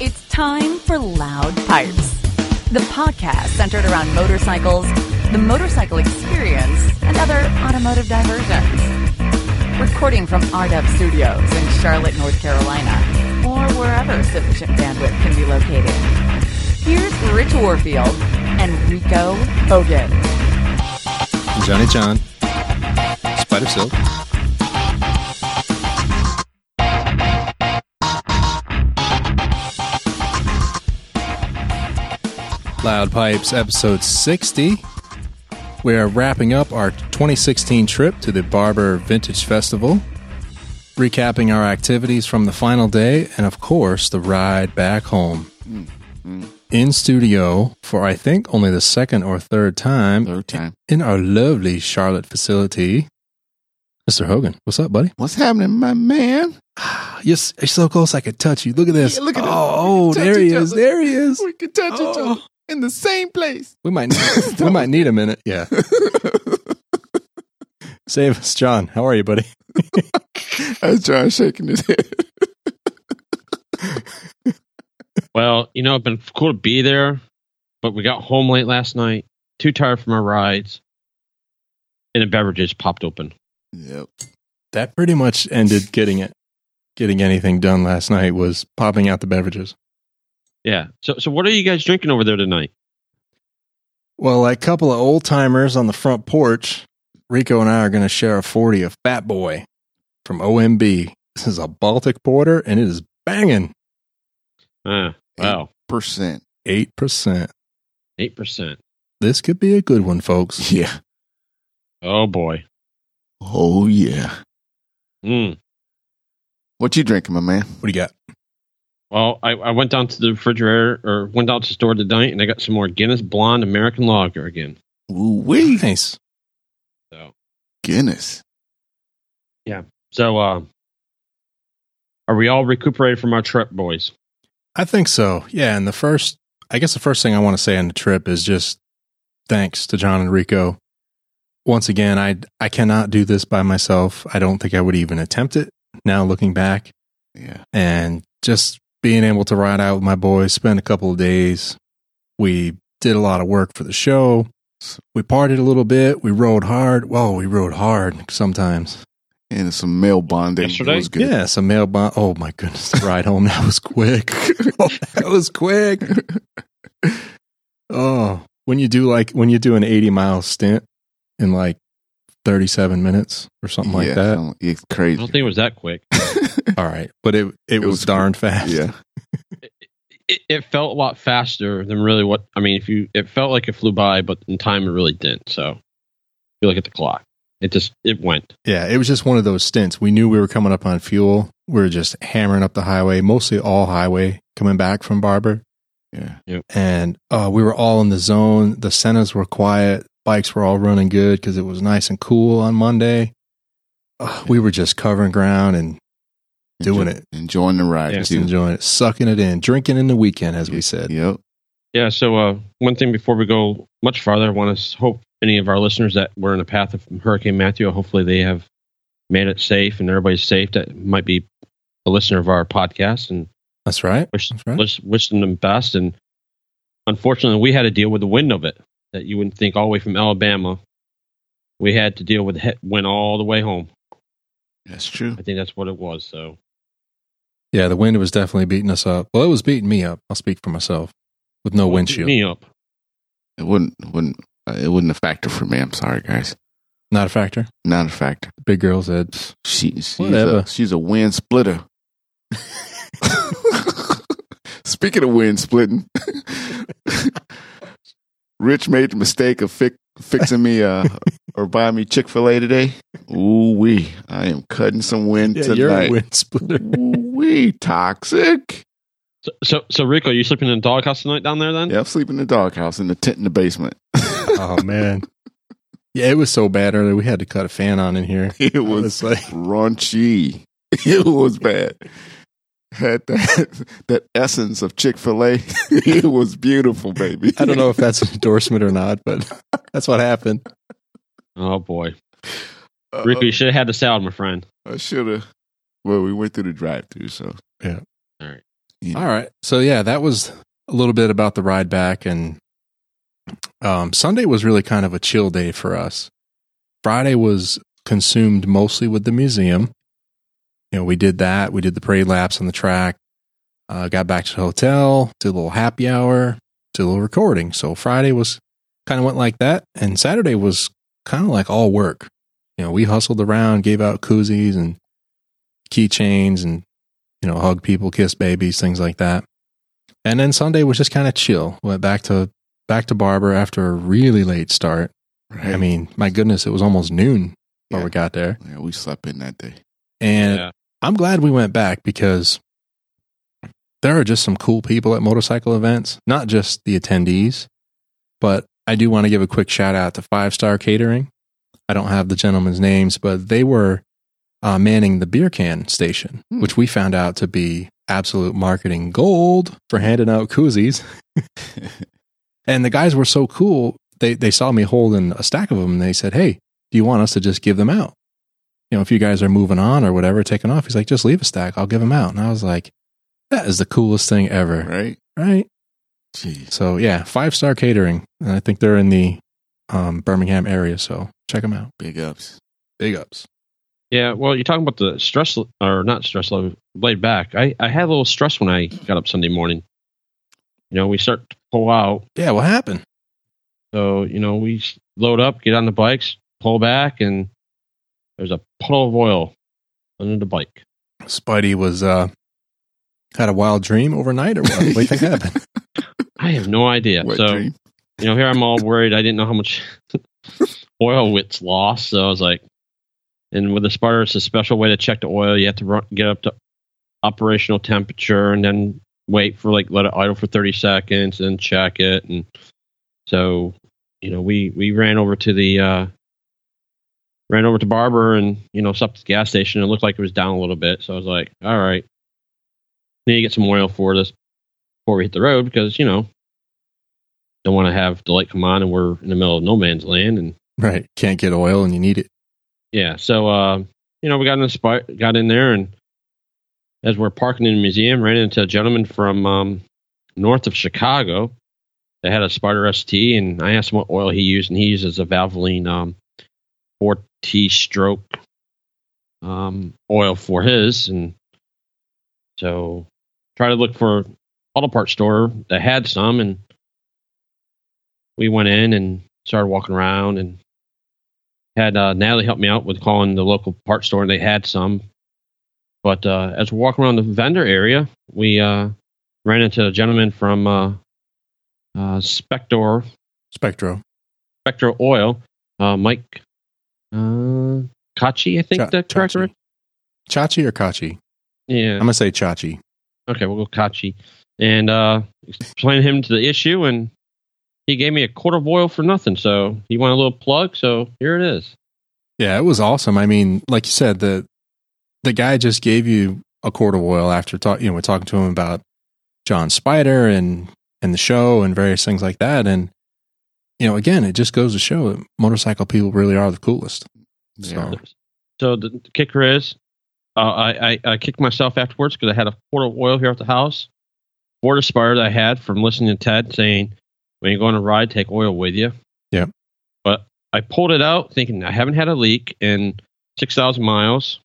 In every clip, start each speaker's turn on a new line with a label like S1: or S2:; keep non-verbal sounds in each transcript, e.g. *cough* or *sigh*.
S1: It's time for Loud Pipes, the podcast centered around motorcycles, the motorcycle experience, and other automotive diversions. Recording from RDEV Studios in Charlotte, North Carolina, or wherever sufficient bandwidth can be located. Here's Rich Warfield and Rico Hogan.
S2: Johnny John, Spider Silk. Loud Pipes, episode 60. We are wrapping up our 2016 trip to the Barber Vintage Festival, recapping our activities from the final day, and of course, the ride back home. In studio for I think only the second or third time
S3: Third time.
S2: in our lovely Charlotte facility. Mr. Hogan, what's up, buddy?
S3: What's happening, my man?
S2: Ah, You're, s- you're so close I could touch you. Look at this.
S3: Yeah, look at this.
S2: oh, oh,
S3: We can
S2: there
S3: touch
S2: he
S3: each
S2: is.
S3: other.
S2: There he
S3: *laughs*
S2: is.
S3: We can touch each
S2: Oh.
S3: other in the same place.
S2: We might need, we might need a minute.
S3: *laughs*
S2: Yeah. Save us, John. How are you, buddy?
S3: That's John shaking his head.
S4: Well, you know, it's been cool to be there, but we got home late last night, too tired from our rides, and the beverages popped open.
S3: Yep.
S2: That pretty much ended getting it. Getting anything done last night was popping out the beverages.
S4: Yeah. So, so what are you guys drinking over there tonight?
S2: Well, like a couple of old timers on the front porch, Rico and I are going to share a 40 of Fat Boy from OMB. This is a Baltic Porter and it is banging.
S4: Uh, wow,
S3: Percent.
S2: 8%.
S4: eight percent.
S2: This could be a good one, folks.
S3: Yeah.
S4: Oh boy.
S3: Oh yeah.
S4: Mm.
S3: What you drinking, my man?
S2: What do you got?
S4: Well, I, I went down to the refrigerator or went down to the store tonight, and I got some more Guinness Blonde American Lager again.
S3: Ooh wee.
S2: Nice.
S4: So,
S3: Guinness.
S4: so, uh, are we all recuperated from our trip, boys?
S2: I think so. Yeah. And the first, I guess the first thing I want to say on the trip is just thanks to John and Rico. Once again, I, I cannot do this by myself. I don't think I would even attempt it now looking back
S3: Yeah.
S2: and just being able to ride out with my boys, spend a couple of days. We did a lot of work for the show. We partied a little bit. We rode hard. Whoa, we rode hard sometimes.
S3: And some male bonding.
S4: Yesterday?
S3: It was good.
S2: Yeah, some mail bond. Oh my goodness, the ride home that was quick. *laughs* Oh, that was quick. Oh, when you do like when you do an eighty mile stint in like thirty seven minutes or something like
S3: Yeah,
S2: that.
S3: something- It's
S4: I
S3: crazy.
S4: don't think it was that quick.
S2: All right, but it it, was,
S3: was
S2: darn fast.
S3: yeah.
S4: it, it felt a lot faster than really what I mean. If you, it felt like it flew by, but in time it really didn't. So if you look at the clock, it just it went.
S2: yeah, it was just one of those stints. We knew we were coming up on fuel. We were just hammering up the highway, mostly all highway coming back from Barber.
S3: Yeah.
S2: and uh, we were all in the zone. The centers were quiet. Bikes were all running good because it was nice and cool on Monday. Uh, we were just covering ground and Doing it.
S3: Enjoying the ride.
S4: Yeah.
S2: just
S3: too.
S2: enjoying it, sucking it in, drinking in the weekend, as we said.
S3: Yep.
S4: Yeah. So uh, one thing before we go much farther, I want to s- hope any of our listeners that were in the path of Hurricane Matthew, hopefully they have made it safe and everybody's safe. That might be a listener of our podcast, and
S2: That's right.
S4: wish
S2: That's right.
S4: wish, wish them the best. And unfortunately, we had to deal with the wind of it that you wouldn't think all the way from Alabama. We had to deal with he- wind all the way home.
S3: That's true.
S4: I think that's what it was. So
S2: Yeah, the wind was definitely beating us up. Well, it was beating me up. I'll speak for myself with no windshield.
S4: me up.
S3: It wouldn't wouldn't uh, it wasn't a factor for me. I'm sorry, guys.
S2: Not a factor.
S3: Not a factor.
S2: The big girl said,
S3: She, she's
S2: Whatever.
S3: a she's a wind splitter. *laughs* Speaking of wind splitting, *laughs* Rich made the mistake of fi- fixing me uh, *laughs* or buying me Chick Fil A today. Ooh wee, I am cutting some wind
S2: "Yeah, you're a
S3: tonight.
S2: wind
S3: *laughs*
S2: splitter."
S3: Ooh wee, toxic.
S4: So, so, so Rico, you sleeping in a doghouse tonight down there? Then
S3: Yeah, I'm sleeping in the doghouse in the tent in the basement. *laughs*
S2: oh man. Yeah, it was so bad earlier. We had to cut a fan on in here.
S3: It
S2: I
S3: was
S2: was like,
S3: raunchy. *laughs* It was bad. Had that *laughs* that essence of Chick Fil A. *laughs* It was beautiful, baby.
S2: I don't know
S3: *laughs*
S2: if that's an endorsement or not, but *laughs* that's what happened.
S4: Oh boy,
S3: Uh,
S4: Rico, you should have had the salad, my friend.
S3: I should have. Well, we went through the drive-through, so
S2: Yeah.
S4: All right.
S3: Yeah.
S2: All right. So yeah, that was a little bit about the ride back and um Sunday was really kind of a chill day for us. Friday was consumed mostly with the museum. You know, we did that. We did the parade laps on the track. Uh, got back to the hotel, did a little happy hour, did a little recording. So Friday was kind of went like that, and Saturday was kind of like all work. You know, we hustled around, gave out koozies and keychains, and you know, hug people, kiss babies, things like that. And then Sunday was just kind of chill. Went back to back to Barber after a really late start.
S3: Right.
S2: I mean, my goodness, it was almost noon when
S3: Yeah.
S2: we got there.
S3: yeah, we slept in that day.
S2: And
S4: Yeah.
S2: I'm glad we went back because there are just some cool people at motorcycle events, not just the attendees, but I do want to give a quick shout out to Five Star Catering. I don't have the gentlemen's names, but they were uh, manning the beer can station,
S3: Hmm.
S2: which we found out to be absolute marketing gold for handing out
S3: *laughs*
S2: koozies. And the guys were so cool. They they saw me holding a stack of them and they said, "Hey, do you want us to just give them out? You know, if you guys are moving on or whatever, taking off." He's like, "Just leave a stack. I'll give them out." And I was like, "That is the coolest thing ever."
S3: right?
S2: Right?
S3: Jeez.
S2: So, yeah, five-star catering. And I think they're in the um, Birmingham area, so check them out.
S3: Big ups.
S2: Big ups.
S4: Yeah, well, you're talking about the stress l- or not stress level, laid back. I, I had a little stress when I got up Sunday morning. You know, we start to pull out.
S2: Yeah, what happened?
S4: So, you know, we s- load up, get on the bikes, pull back, and there's a puddle of oil under the bike.
S2: Spidey was uh had a wild dream overnight or *laughs* what? What do you think happened?
S4: I have no idea.
S3: Wet
S4: so,
S3: dream.
S4: you know, here I'm all worried. I didn't know how much *laughs* oil wits lost, so I was like, and with the sputter, it's a special way to check the oil. You have to run, get up to operational temperature and then wait for like let it idle for 30 seconds and check it. And so, you know, we we ran over to the uh, ran over to Barber and you know stopped at the gas station. It looked like it was down a little bit, so I was like, all right, need to get some oil for this before we hit the road because you know don't want to have the light come on and we're in the middle of no man's land and
S2: Right. Can't get oil and you need it.
S4: yeah so uh you know we got in the spot got in there and as we're parking in the museum ran into a gentleman from um north of chicago that had a spider st and i asked him what oil he used and he uses a valvoline um 4t stroke um oil for his and so try to look for auto parts store that had some and we went in and started walking around and had uh, Natalie help me out with calling the local part store, and they had some. But uh, as we're walking around the vendor area, we uh, ran into a gentleman from uh, uh, Spector
S2: Spectro.
S4: Spector Oil, uh, Mike uh, Kachi, I think
S2: Cha-
S4: that's correct.
S2: Chachi.
S4: right?
S2: Chachi or Kachi?
S4: Yeah.
S2: I'm gonna say Chachi.
S4: Okay, we'll go Kachi. And uh explain him to the issue and he gave me a quart of oil for nothing. So he want a little plug, so here it is.
S2: Yeah, it was awesome. I mean, like you said, the the guy just gave you a quart of oil after talk, you know, we're talking to him about John Spider and and the show and various things like that. And you know, again, it just goes to show that motorcycle people really are the coolest.
S3: Yeah.
S2: So
S4: So the the kicker is uh, I, I, I kicked myself afterwards because I had a quart of oil here at the house. Board aspired I had from listening to Ted saying, when you go on a ride, take oil with you.
S2: Yep.
S4: But I pulled it out thinking I haven't had a leak in 6,000 miles.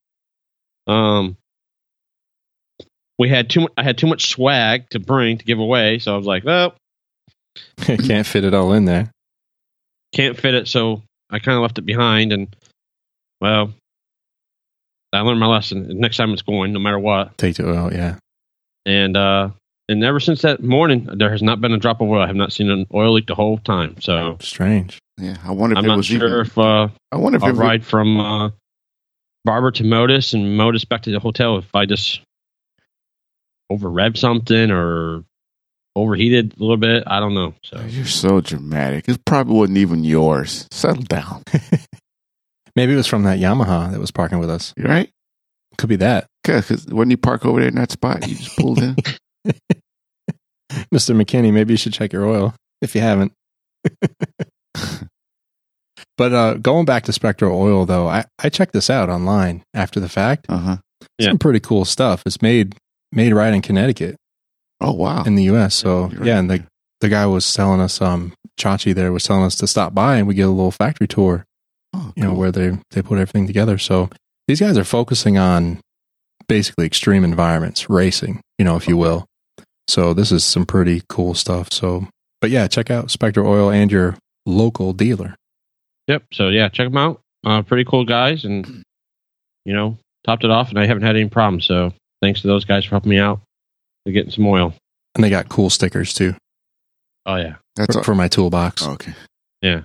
S4: Um, we had too. mu- I had too much swag to bring to give away, so I was like, "Well,
S2: can't fit *laughs* it all in there.
S4: can't fit it, so I kind of left it behind. And well, I learned my lesson. Next time it's going, no matter what.
S2: Take the oil, yeah.
S4: And uh, and ever since that morning, there has not been a drop of oil. I have not seen an oil leak the whole time. So
S2: Strange.
S3: Yeah. I wonder if
S4: I'm
S3: it
S4: not
S3: was
S4: sure
S3: even.
S4: if uh,
S3: I wonder if
S4: I'll
S3: it was,
S4: ride from uh, Barber to Modus and Modus back to the hotel if I just over rev something or overheated a little bit. I don't know. So
S3: You're so dramatic. It probably wasn't even yours. Settle down. *laughs*
S2: Maybe it was from that Yamaha that was parking with us.
S3: You right?
S2: Could be that.
S3: Because when you park over there in that spot, you just
S2: *laughs*
S3: pulled in.
S2: Mr. McKinney, maybe you should check your oil if you
S3: *laughs*
S2: haven't. but uh, going back to Spectral Oil, though, I, I checked this out online after the fact.
S3: Uh huh.
S4: Yeah.
S2: Some pretty cool stuff. It's made made right in Connecticut.
S3: Oh wow.
S2: in the U.S. So
S3: You're right.
S2: yeah, and the the guy was telling us, um, Chachi there was telling us to stop by and we get a little factory tour,
S3: oh,
S2: you know,
S3: cool.
S2: where they they put everything together. So these guys are focusing on basically extreme environments, racing, you know, if you will. So this is some pretty cool stuff. So, but yeah, check out Spectre Oil and your local dealer.
S4: Yep. So yeah, check them out. Uh, pretty cool guys, and you know, topped it off, and I haven't had any problems. So thanks to those guys for helping me out. They're getting some oil.
S2: And they got cool stickers too
S4: Oh yeah.
S3: That's
S2: for,
S3: all-
S2: for my toolbox. *laughs*
S3: okay.
S4: Yeah.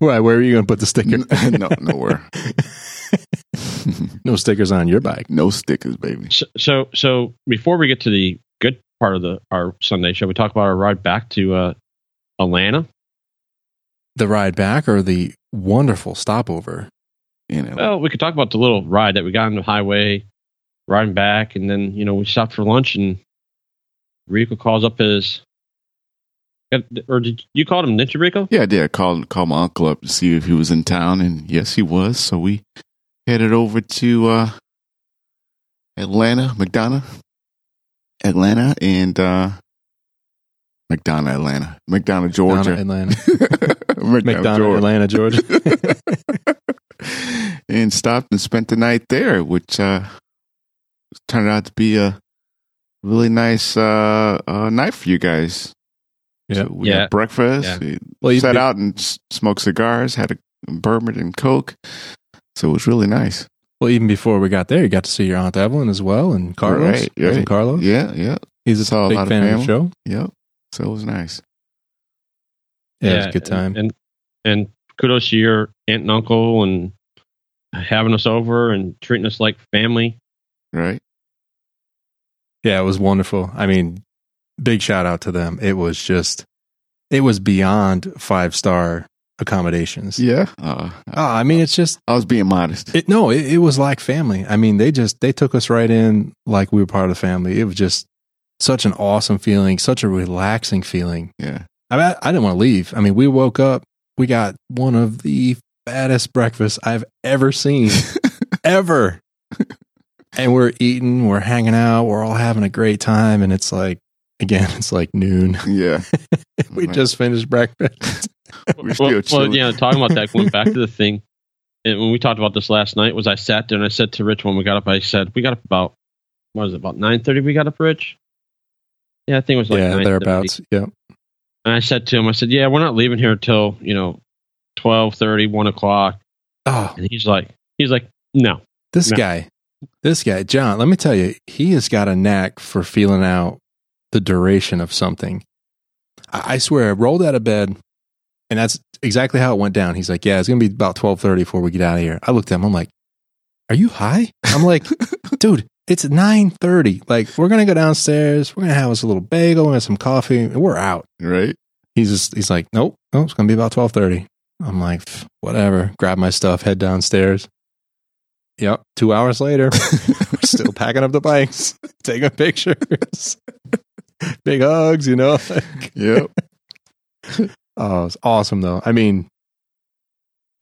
S2: Right, where are you going to put the
S3: *laughs*
S2: sticker?
S3: no, nowhere.
S2: *laughs* no stickers on your bike.
S3: no stickers, baby.
S4: So, so so before we get to the good part of the our Sunday, shall we talk about our ride back to uh, Atlanta?
S2: The ride back or the wonderful stopover.
S3: You know.
S4: Well, we could talk about the little ride that we got on the highway, riding back, and then you know we stopped for lunch, and Rico calls up his. uh, Or did you call him Ninja Rico?
S3: Yeah, I did. I called called my uncle up to see if he was in town, and yes, he was. So we headed over to uh, Atlanta, McDonough, Atlanta, and uh, McDonough, Atlanta, McDonough, Georgia,
S2: Down in
S3: *laughs*
S2: Atlanta.
S3: McDonough,
S2: McDonough,
S3: Georgia.
S2: Atlanta, Georgia.
S3: *laughs*
S2: *laughs*
S3: and stopped and spent the night there, which uh, turned out to be a really nice uh, uh, night for you guys.
S2: Yeah.
S3: So we
S4: Yeah.
S3: had breakfast. we
S2: Well, you
S3: sat
S2: did-
S3: out and s- smoked cigars, had a bourbon and coke. So it was really nice.
S2: Well, even before we got there, you got to see your aunt Evelyn as well, and Carlos.
S3: Right,
S2: Your cousin
S3: right.
S2: Carlos.
S3: Yeah, yeah,
S2: He's a
S3: Saw a
S2: big
S3: lot of
S2: fan of, the
S3: family.
S2: show.
S3: yep. So it was nice.
S2: Yeah, it was a good time.
S4: And, and and kudos to your aunt and uncle and having us over and treating us like
S2: *laughs*
S4: family.
S3: Right?
S2: yeah, it was wonderful. I mean, big shout out to them. It was just, it was beyond five star accommodations.
S3: Yeah. Uh,
S2: Oh, I mean, it's just
S3: I was
S2: *laughs*
S3: being modest.
S2: It, no, it, it was like family. I mean, they just they took us right in like we were part of the family. It was just such an awesome feeling, such a relaxing feeling.
S3: Yeah.
S2: I mean, I, I didn't want to leave. I mean, we woke up, we got one of the fattest breakfasts I've ever seen, ever. And we're eating, we're hanging out, we're all having a great time, and it's like again, *laughs* it's like noon.
S3: Yeah.
S2: *laughs* We just finished breakfast.
S3: We're still
S4: well,
S3: chilling.
S4: yeah, talking about that, going back
S2: *laughs*
S4: to the thing, and when we talked about this last night, was I sat there and I said to Rich when we got up, I said we got up about what was it about nine thirty? We got up, Rich. Yeah, I think it was like
S2: yeah,
S4: 9:30.
S2: thereabouts. Yeah.
S4: And I said to him, I said, yeah, we're not leaving here until you know twelve thirty, one o'clock.
S2: Oh,
S4: And he's like, he's like, no,
S2: This
S4: No.
S2: guy, this guy, John, let me tell you, he has got a knack for feeling out the duration of something. I, I swear, I rolled out of bed and that's exactly how it went down. He's like, Yeah, it's gonna be about twelve thirty before we get out of here. I looked at him, I'm like, Are you high? I'm like, dude, it's nine thirty. Like, we're gonna go downstairs, we're gonna have us a little bagel, we're gonna have some coffee, and we're out
S3: Right?
S2: he's just he's like, nope, nope, it's gonna be about twelve thirty. I'm like, "Pff, whatever. Grab my stuff, head downstairs. Yep. Two hours later, *laughs* we're still packing up the bikes, *laughs* taking pictures, *laughs* big hugs. You know, *laughs*
S3: Yep.
S2: oh, it's awesome though. I mean,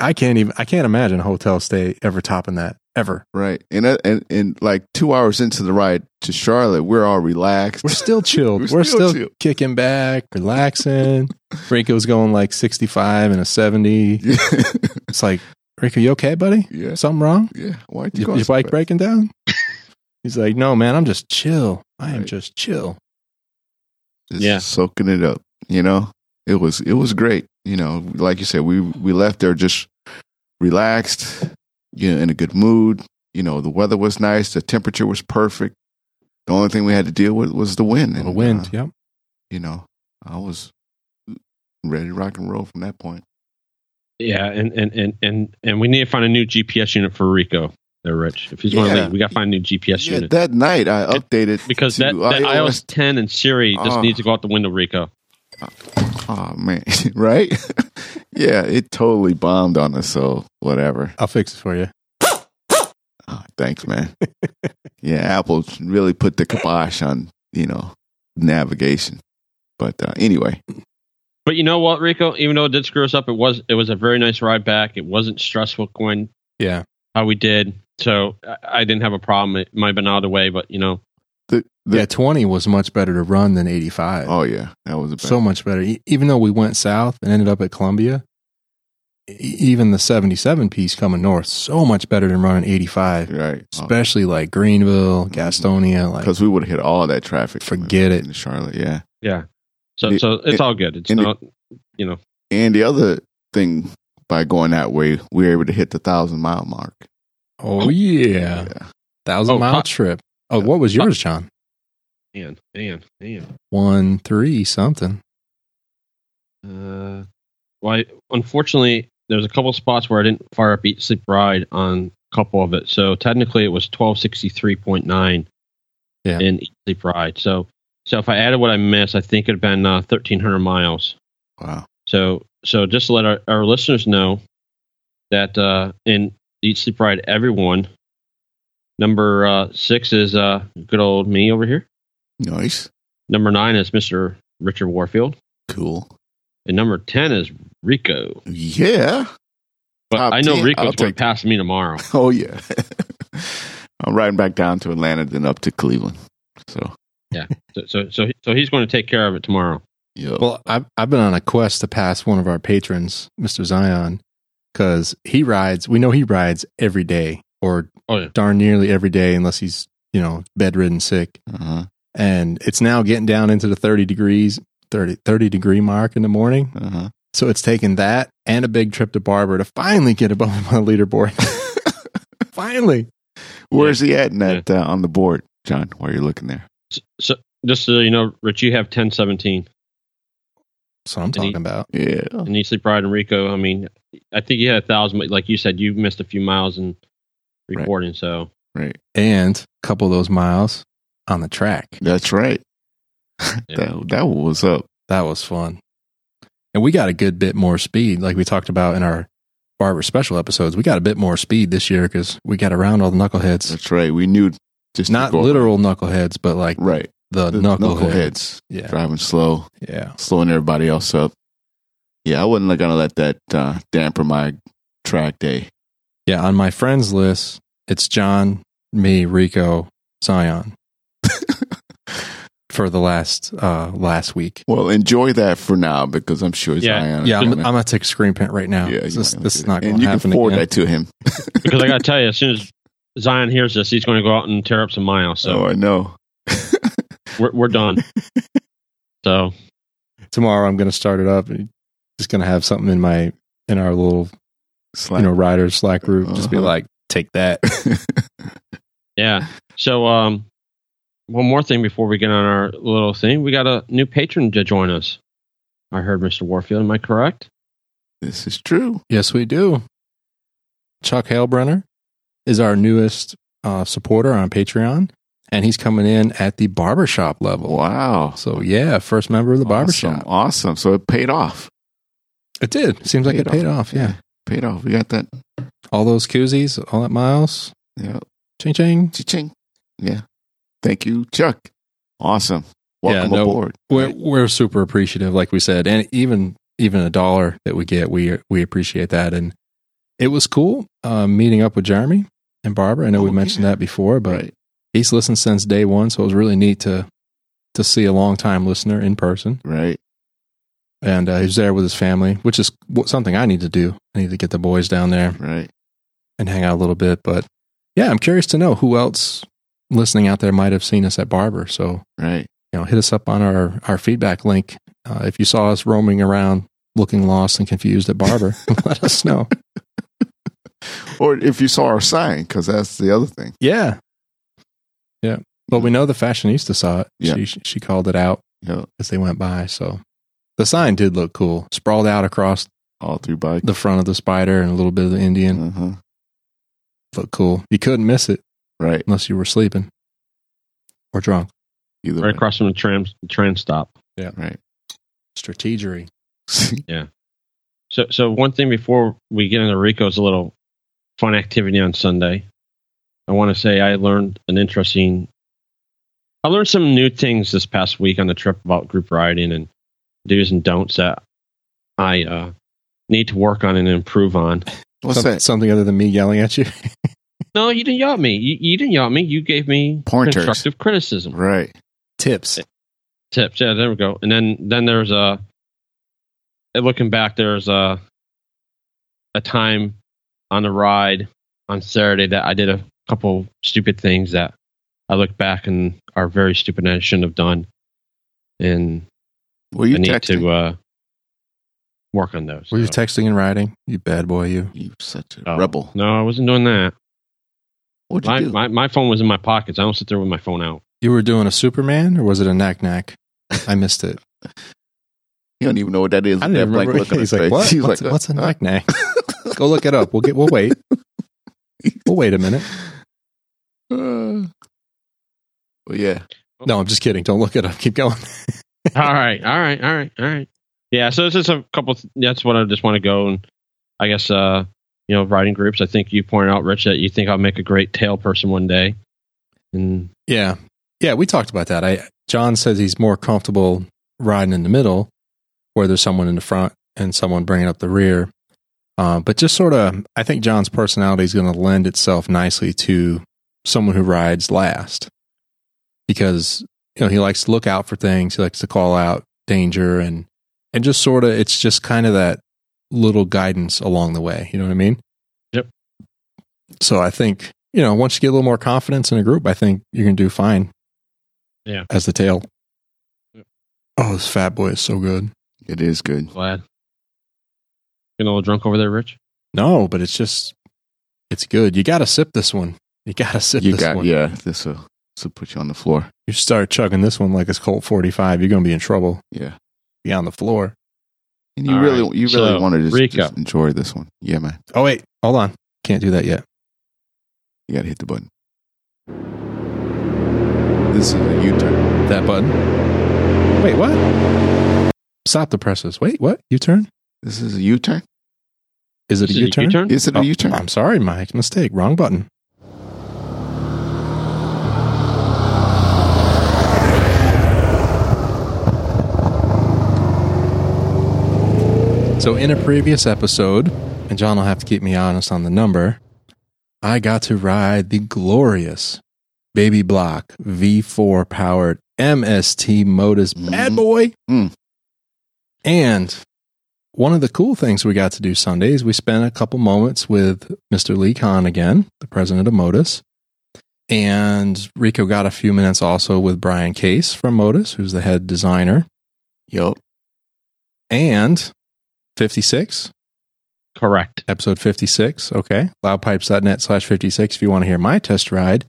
S2: I can't even. I can't imagine a hotel stay ever topping that ever.
S3: Right. And, uh, and and like two hours into the ride to Charlotte, we're all relaxed.
S2: We're still chilled.
S3: We're
S2: We're,
S3: still
S2: still,
S3: chill.
S2: kicking back, relaxing. Rico's going like sixty-five and a seventy.
S3: yeah.
S2: *laughs*
S3: *laughs*
S2: It's like, Rico, you okay, buddy?
S3: Yeah.
S2: Something wrong?
S3: yeah. Why
S2: Your- your bike breaking down? He's like, no, man, I'm just chill. I am
S3: Right.
S2: just chill.
S3: Just
S4: Yeah.
S3: soaking it up. You know, it was it was great. You know, like you said, we we left there just relaxed, you know, in a good mood. You know, the weather was nice. The temperature was perfect. The only thing we had to deal with was the wind.
S2: The
S3: And,
S2: wind,
S3: uh,
S2: yep.
S3: you know, I was ready to rock and roll from that point.
S4: Yeah, and and and and and we need to find a new GPS unit for Rico. There, Rich. If he's going to
S3: Yeah.
S4: leave, we got to find a new GPS
S3: Yeah,
S4: unit
S3: that night I updated
S4: because
S3: to
S4: that, that iOS
S3: iOS
S4: 10 and Siri just
S3: Ah.
S4: needs to go out the window, Rico.
S3: Oh man, *laughs* right? yeah, it totally bombed on us. So whatever.
S2: I'll fix it for you.
S3: Oh, thanks, man. yeah, Apple really put the kibosh on you know navigation. But uh, anyway,
S4: But you know what, Rico? Even though it did screw us up, it was it was a very nice ride back. It wasn't stressful going
S2: Yeah.
S4: how we did, so I, I didn't have a problem. It might have been out of the way, but you know,
S3: The, the,
S2: yeah, 20 was much better to run than 85.
S3: Oh yeah, that was a bad.
S2: so much better. E- Even though we went south and ended up at Columbia, e- even the 77 piece coming north, so much better than running 85,
S3: right.
S2: especially like Greenville,
S3: Mhm.
S2: Gastonia. Like,
S3: because we would have hit all that traffic. coming
S2: Forget it.
S3: in Charlotte. Yeah.
S4: Yeah. So
S3: The-
S4: so it's
S3: it-
S4: all good. It's
S3: and the-
S4: not you know
S3: And the other thing, by going that way, we were able to hit the thousand mile mark.
S2: oh, yeah. Thousand
S4: Oh,
S2: mile
S4: hot-
S2: trip. Oh, what was yours, John?
S4: man, man, man.
S2: One, three, something.
S4: Uh well I, unfortunately there's a couple spots where I didn't fire up eat sleep ride on a couple of it. So technically it was twelve sixty three point nine
S2: Yeah.
S4: in eat sleep ride. So so if I added what I missed, I think it'd been uh, thirteen hundred miles.
S3: Wow.
S4: So so just to let our, our listeners know that uh, in Eat Sleep Ride Everyone, number uh, six is uh, good old me over here.
S3: Nice.
S4: Number nine is Mr. Richard Warfield,
S3: Cool.
S4: and number ten is Rico.
S3: Yeah. *laughs*
S4: But
S3: Top
S4: I know
S3: 10, I'll
S4: Rico's going
S3: take
S4: to pass me tomorrow.
S3: Oh yeah. *laughs* I'm riding back down to Atlanta, then up to Cleveland. So
S4: So so so, he- so he's going to take care of it tomorrow.
S3: yeah.
S2: Well, I've, I've been on a quest to pass one of our patrons, Mr. Zion, because he rides, we know he rides every day or
S4: Oh yeah,
S2: darn nearly every day unless he's, you know, bedridden sick.
S3: uh-huh.
S2: And it's now getting down into the 30 degrees, 30, 30 degree mark in the morning.
S3: Uh-huh.
S2: So it's taken that and a big trip to Barber to finally get above *laughs* my leaderboard. finally.
S3: Where's he at in that uh, on the board, John? While you're looking there,
S4: so, so just so you know, Rich, you have ten seventeen
S2: That's what I'm talking about.
S3: yeah,
S2: Oh.
S4: in Eat Sleep Ride and Rico. I mean, I think you had a thousand, but like you said, you missed a few miles in
S3: Right.
S4: recording. So
S3: *laughs* right.
S2: And a couple of those miles on the track.
S3: That's right.
S4: Yeah.
S3: That that was up.
S2: That was fun. And we got a good bit more speed, like we talked about in our Barber special episodes. We got a bit more speed this year because we got around all the knuckleheads.
S3: That's right. We knew just
S2: It's
S3: to
S2: not
S3: go-
S2: literal knuckleheads, but like
S3: Right.
S2: the,
S3: The
S2: knuckleheads.
S3: knuckleheads
S2: Yeah.
S3: driving slow,
S2: Yeah.
S3: slowing everybody else up. Yeah, I wasn't gonna let that uh, damper my track day.
S2: Yeah. On my friends list, it's John, me, Rico,
S3: *laughs*
S2: Zion for the last uh last week.
S3: Well, enjoy that for now because I'm sure
S4: Yeah.
S3: Zion.
S2: Yeah, I'm,
S3: gonna-
S2: I'm gonna take a screen print right now.
S3: yeah,
S2: this,
S3: you
S2: this,
S3: might
S2: is
S3: do
S2: not
S3: that.
S2: going
S3: And
S2: to
S3: you can
S2: happen
S3: forward
S2: again.
S3: that to him.
S4: because I got to tell you, as soon as Zion hears this, he's going to go out and tear up some miles. So
S3: oh, I know. *laughs*
S4: we're we're done. so
S2: Tomorrow, I'm going to start it up. and Just going to have something in my in our little
S3: Slack.
S2: you know rider Slack group. Just be
S3: Uh-huh.
S2: like, take that.
S4: yeah. So um, one more thing before we get on our little thing, we got a new patron to join us. I heard Mr. Warfield. Am I correct?
S3: *laughs* this is true.
S2: Yes, we do. Chuck Halebrenner is our newest uh, supporter on Patreon, and he's coming in at the barbershop level.
S3: Wow.
S2: So, yeah, first member of the barbershop.
S3: Awesome. awesome. So it paid off.
S2: It did. Seems like it paid off. Yeah.
S3: Paid off. We got that.
S2: All those koozies, all that miles.
S3: Yeah.
S2: Ching, ching.
S3: Cha-ching. Yeah. Thank you, Chuck. Awesome. Welcome
S2: Yeah, no-
S3: aboard.
S2: We're, we're super appreciative, like we said. And even even a dollar that we get, we we appreciate that. And it was cool uh, meeting up with Jeremy and Barbara. I know we
S3: Oh,
S2: mentioned
S3: yeah.
S2: that before, but
S3: Right.
S2: he's listened since day one, so it was really neat to to see a long time listener in person.
S3: Right.
S2: And uh, he's there with his family, which is wh- something I need to do. I need to get the boys down there
S3: Right.
S2: and hang out a little bit. But yeah, I'm curious to know who else listening out there might have seen us at Barber. So
S3: Right.
S2: you know, hit us up on our our feedback link uh, if you saw us roaming around looking lost and confused at Barber. *laughs* let us know.
S3: Or if you saw our sign, because that's the other thing.
S2: Yeah, yeah. Well, we know the fashionista saw it.
S3: Yeah.
S2: She she called it out.
S3: Yeah.
S2: as they went by. So the sign did look cool, sprawled out across
S3: All through bike.
S2: the front of the spider and a little bit of the Indian.
S3: Uh-huh.
S2: Looked cool. You couldn't miss it
S3: Right.
S2: unless you were sleeping or drunk.
S3: Either
S4: Right
S3: way.
S4: across from the tram train stop.
S3: Right. *laughs*
S2: Strategery.
S4: So so one thing before we get into Rico's a little fun activity on Sunday. I want to say I learned an interesting I learned some new things this past week on the trip about group riding and do's and don'ts that I uh, need to work on and improve on.
S3: What's that?
S2: Something other than me yelling at you.
S4: No, you didn't yell at me. You, you didn't yell at me. You gave me
S3: Pointers.
S4: constructive criticism
S3: Right.
S2: Tips.
S4: tips. Yeah, there we go. And then then there's a and looking back. There's a a time on the ride on Saturday that I did a couple stupid things that I look back and are very stupid and I shouldn't have done. And
S3: Well, you
S4: I need
S3: texted.
S4: to uh, work on those.
S2: Were you
S4: So-
S2: texting and writing? You bad boy, you.
S3: you such a
S4: Oh,
S3: rebel.
S4: No, I wasn't doing that.
S3: What'd you
S4: My,
S3: do?
S4: my my phone was in my pockets. I don't sit there with my phone out.
S2: You were doing a Superman or was it a knack knack? I missed it.
S3: you don't even know what that is.
S2: *laughs* I didn't
S3: That
S2: even
S3: blank
S2: remember.
S3: look on
S2: He's
S3: his
S2: like,
S3: face.
S2: what?
S3: He's
S2: what's,
S3: like, "Ah."
S2: what's a
S3: "Huh?"
S2: knack knack? Go look it up. We'll get. We'll wait. We'll wait a minute.
S3: Uh, well, yeah.
S2: No, I'm just kidding. Don't look it up. Keep going.
S4: all right, all right, all right, all right. Yeah, so it's just a couple. that's what I just want to go and I guess uh you know riding groups. I think you pointed out, Rich, that you think I'll make a great tail person one day, and
S2: Yeah. Yeah, we talked about that. I John says he's more comfortable riding in the middle where there's someone in the front and someone bringing up the rear. Uh, but just sort of, I think John's personality is going to lend itself nicely to someone who rides last because, you know, he likes to look out for things. He likes to call out danger and, and just sort of, it's just kind of that little guidance along the way. You know what I mean?
S4: Yep.
S2: So I think, you know, once you get a little more confidence in a group, I think you're going to do fine.
S4: Yeah.
S2: As the tail.
S4: Yep.
S2: Oh, this fat boy is so good.
S3: It is good.
S4: glad. Getting a little drunk over there, Rich.
S2: No, but it's just, it's good. You got to sip this one. You got to *laughs* sip
S3: You
S2: this
S3: got,
S2: one.
S3: yeah. This will, this will put you on the floor.
S2: You start chugging this one like it's Colt 45, you're going to be in trouble.
S3: Yeah.
S2: Be on the floor.
S3: And you
S4: All
S3: really,
S4: right.
S3: you really
S4: So,
S3: want to just,
S4: recap.
S3: just enjoy this one. Yeah, man.
S2: Oh, wait. Hold on. Can't do that yet.
S3: You got to hit the button. This is a U turn.
S2: That button. Wait, what? Stop the presses. Wait, what? U turn?
S3: This is a U turn.
S2: Is it a
S4: Is it
S2: U turn?
S4: U-turn?
S3: Is it a U turn?
S2: Oh, I'm sorry, Mike. Mistake. Wrong button. So, in a previous episode, and John will have to keep me honest on the number, I got to ride the glorious Baby Block V4 powered MST Modus Bad
S3: Mhm.
S2: Boy.
S3: Mm.
S2: And one of the cool things we got to do Sunday is we spent a couple moments with Mr. Lee Khan again, the president of Modus. And Rico got a few minutes also with Brian Case from Modus, who's the head designer.
S3: Yup.
S2: And 56,
S4: Correct.
S2: episode 56. Okay. Loudpipes.net slash 56 if you want to hear my test ride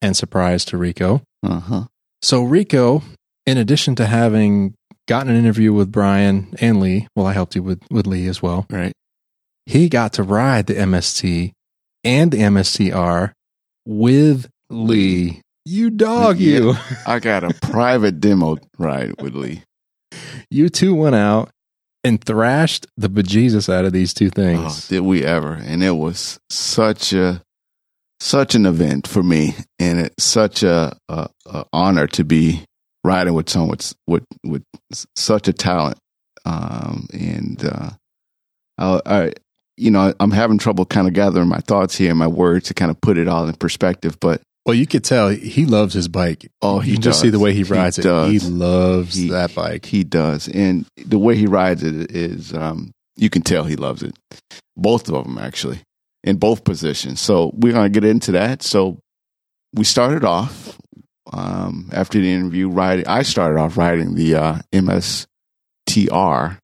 S2: and surprise to Rico.
S3: Uh huh.
S2: So, Rico, in addition to having gotten an interview with Brian and Lee, well, I helped you with, with Lee as well.
S3: Right.
S2: he got to ride the MST and the MSTR with Lee. You dog, you.
S3: I got a private demo ride with Lee.
S2: *laughs* You two went out and thrashed the bejesus out of these two
S3: Oh,
S2: things.
S3: did we ever? And it was such a such an event for me, and it's such a, a, a honor to be riding with someone with with, with s- such a talent. Um, and uh, I, I, you know, I'm having trouble kind of gathering my thoughts here and my words to kind of put it all in perspective. But
S2: well, you could tell he loves his bike.
S3: oh, he
S2: you can
S3: does.
S2: just see the way he rides it.
S3: does.
S2: He loves
S3: He-
S2: that bike.
S3: He does, and the way he rides it is, um, you can tell he loves it. Both of them actually, in both positions. So we're gonna get into that. So we started off um, after the interview. Riding, I started off riding the uh, MSTR,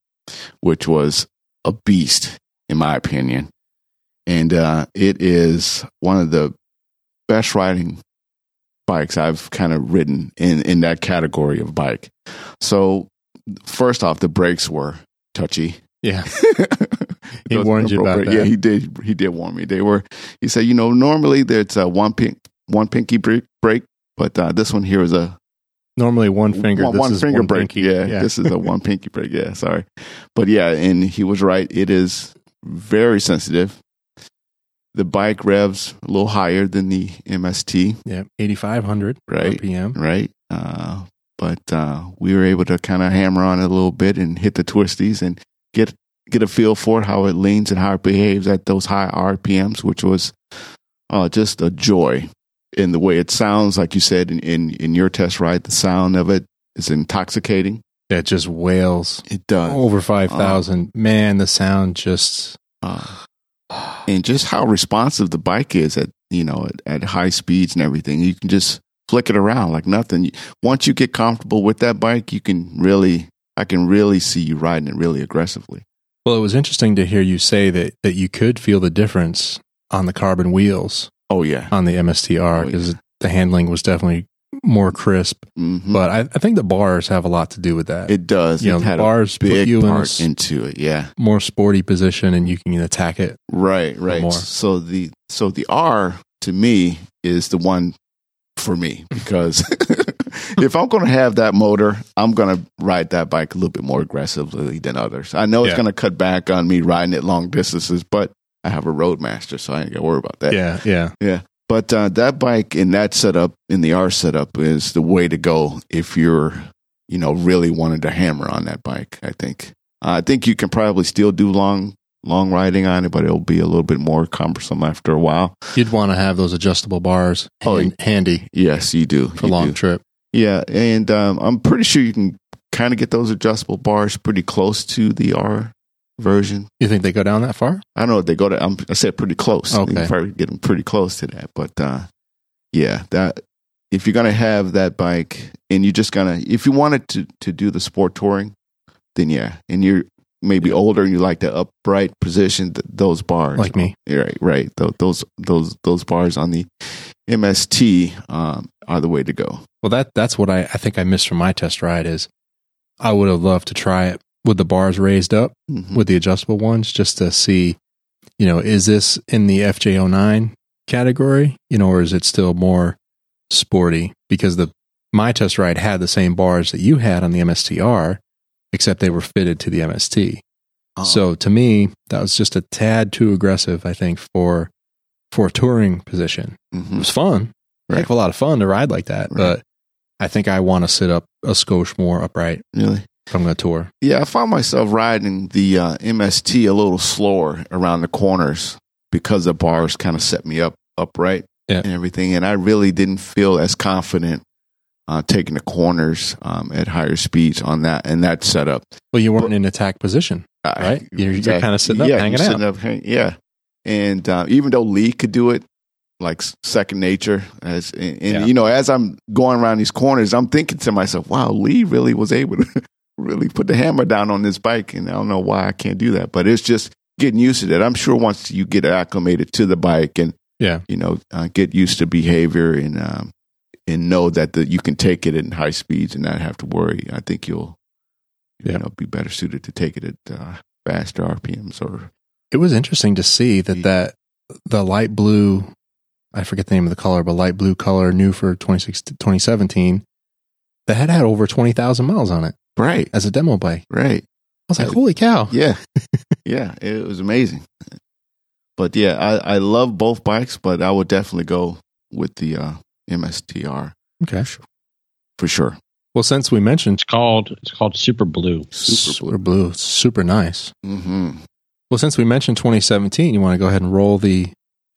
S3: which was a beast in my opinion, and uh, it is one of the best riding bikes I've kind of ridden in in that category of bike. So first off, the brakes were touchy. *laughs*
S2: yeah. He
S3: Those
S2: warned you about
S3: appropriate-
S2: that.
S3: Yeah, he did. He did warn me. They were. He said, you know, normally there's a one pink, one pinky brake, brake, but uh, this one here is a
S2: Normally one finger.
S3: one,
S2: this
S3: one
S2: is
S3: finger
S2: one
S3: break.
S2: pinky.
S3: Yeah, this is a one pinky break. Yeah, sorry, but yeah, and he was right. It is very sensitive. The bike revs a little higher than the MST,
S2: yeah. 8,500
S3: Right.
S2: RPM.
S3: right? Uh, but uh, we were able to kind of hammer on it a little bit and hit the twisties and get get a feel for it, how it leans and how it behaves at those high RPMs, which was uh, just a joy in the way it sounds. Like you said in, in, in your test ride, the sound of it is intoxicating.
S2: That just wails
S3: It does.
S2: over five thousand. Man, the sound just
S3: Uh, and just how responsive the bike is at, you know, at, at high speeds and everything. You can just flick it around like nothing. You- Once you get comfortable with that bike, you can really, I can really see you riding it really aggressively.
S2: well. It was interesting to hear you say that that you could feel the difference on the carbon wheels
S3: Oh, yeah.
S2: on the MSTR
S3: Oh,
S2: because the handling was definitely more crisp.
S3: Mhm.
S2: But I, I think the bars have a lot to do with that.
S3: it does.
S2: you know,
S3: It
S2: the
S3: had a
S2: bars put
S3: big
S2: you in a
S3: part
S2: s-
S3: into it. Yeah.
S2: more sporty position, and you can attack it.
S3: Right, right.
S2: more.
S3: So the so the R to me is the one
S2: *laughs*
S3: for me because *laughs* if I'm going to have that motor, I'm going to ride that bike a little bit more aggressively than others. I know it's
S2: Yeah.
S3: going to cut back on me riding it long distances, but I have a Roadmaster, so I ain't got to worry about that.
S2: Yeah, yeah.
S3: But uh, that bike in that setup, in the R setup, is the way to go if you're, you know, really wanted to hammer on that bike. I think. Uh, I think you can probably still do long long riding on it, but it'll be a little bit more cumbersome after a while.
S2: You'd want to have those adjustable bars
S3: Oh,
S2: hand- handy
S3: Yes, you do
S2: for
S3: you
S2: long
S3: do.
S2: trip.
S3: Yeah, and um, I'm pretty sure you can kind of get those adjustable bars pretty close to the R version.
S2: You think they go down that far?
S3: I don't know if they go to. I'm, I said pretty close. You
S2: Okay.
S3: can probably get them pretty close to that. But uh, yeah, that if you're gonna have that bike and you're just gonna if you wanted to to do the sport touring, then yeah, and you're maybe older and you like the upright position, th- those bars,
S2: Like me.
S3: right, right, Tho- those those those bars on the MST um, are the way to go.
S2: Well, that that's what I, I think I missed from my test ride is I would have loved to try it with the bars raised up
S3: Mhm.
S2: with the adjustable ones just to see, you know, is this in the FJ09 category, you know, or is it still more sporty? Because the my test ride had the same bars that you had on the MSTR, except they were fitted to the MST. So to me, that was just a tad too aggressive, I think, for for a touring position. It
S3: Mhm.
S2: was fun.
S3: Right.
S2: Heck of a lot of fun to ride like that.
S3: Right.
S2: But I think I want to sit up a skosh more upright
S3: really.
S2: if I'm going to tour.
S3: Yeah, I found myself riding the uh, MST a little slower around the corners because the bars kind of set me up upright
S2: Yeah.
S3: and everything, and I really didn't feel as confident uh, taking the corners um, at higher speeds on that and that setup.
S2: Well, you weren't in attack position.
S3: I-
S2: Right? You're- you're kinda sitting up,
S3: yeah,
S2: hanging
S3: you're sitting up, hang- yeah. And uh, even though Lee could do it, like s- second nature, as and, and,
S2: Yeah.
S3: you know, as I'm going around these corners, I'm thinking to myself, "Wow, Lee really was able to *laughs* really put the hammer down on this bike," and I don't know why I can't do that, but it's just getting used to that. I'm sure once you get acclimated to the bike and
S2: Yeah.
S3: you know, uh, get used to behavior and um, and know that the, you can take it in high speeds and not have to worry. I think you'll
S2: Yeah.
S3: you know be better suited to take it at uh, faster RPMs or
S2: It was interesting to see that
S3: Yeah.
S2: that the light blue, I forget the name of the color, but light blue color new for 26 2017, that had had over 20,000 miles on it
S3: right,
S2: as a demo bike.
S3: right.
S2: I was like, holy cow.
S3: Yeah, *laughs* yeah. It was amazing. But yeah, I I love both bikes, but I would definitely go with the uh, MSTR
S2: Okay.
S3: for sure.
S2: Well, since we mentioned
S4: It's called it's called Super Blue.
S2: super blue, it's super nice.
S3: Mm-hmm.
S2: Well, since we mentioned 2017, you want to go ahead and roll the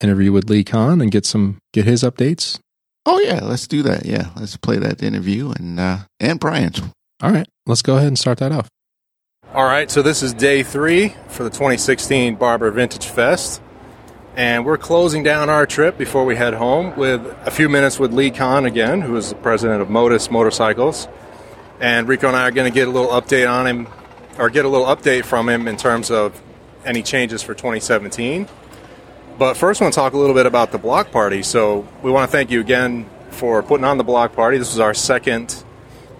S2: interview with Lee Khan and get some get his updates.
S3: Oh yeah, let's do that. Yeah, let's play that interview and uh, and Brian's.
S2: All right, let's go ahead and start that off. All right, so this is day three for the 2016 Barber Vintage Fest, and we're closing down our trip before we head home with a few minutes with Lee Khan again, who is the president of Modus Motorcycles, and Rico and I are going to get a little update on him, or get a little update from him in terms of any changes for 2017. But first, I want to talk a little bit about the block party. So we want to thank you again for putting on the block party. This is our second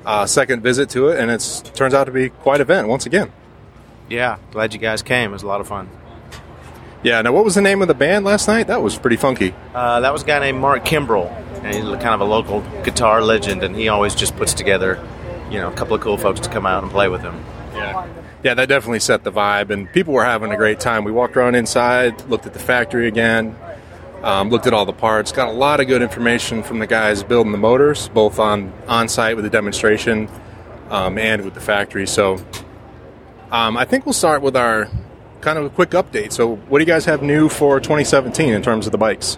S2: uh, second visit to it, and it's turns out to be quite an event once again.
S5: Yeah, glad you guys came. It was a lot of fun.
S2: Yeah. Now, what was the name of the band last night? That was pretty funky.
S5: Uh, that was a guy named Mark Kimbrell, and he's kind of a local guitar legend, and he always just puts together, you know, a couple of cool folks to come out and play with him.
S2: Yeah, that definitely set the vibe, and people were having a great time. We walked around inside, looked at the factory again, um, looked at all the parts, got a lot of good information from the guys building the motors, both on on site with the demonstration um, and with the factory. So, um, I think we'll start with our kind of a quick update. So, what do you guys have new for 2017 in terms of the bikes?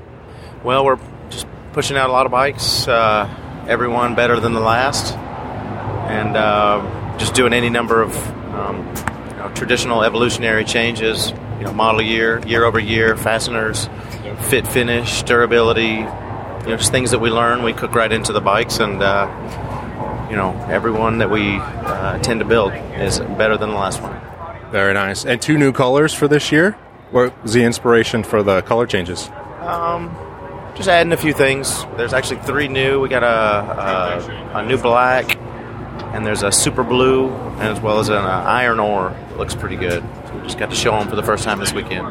S5: Well, we're just pushing out a lot of bikes, uh, everyone better than the last, and uh, just doing any number of um, you know, traditional evolutionary changes. You know, model year, year over year, fasteners, fit finish, durability. You know, just things that we learn, we cook right into the bikes, and uh, you know, everyone that we uh, tend to build is better than the last one.
S6: Very nice. And two new colors for this year? What was the inspiration for the color changes?
S5: Just adding a few things. There's actually three new. We got a, a, a new black, and there's a super blue, and as well as an uh, iron ore that looks pretty good. So we just got to show them for the first time this weekend.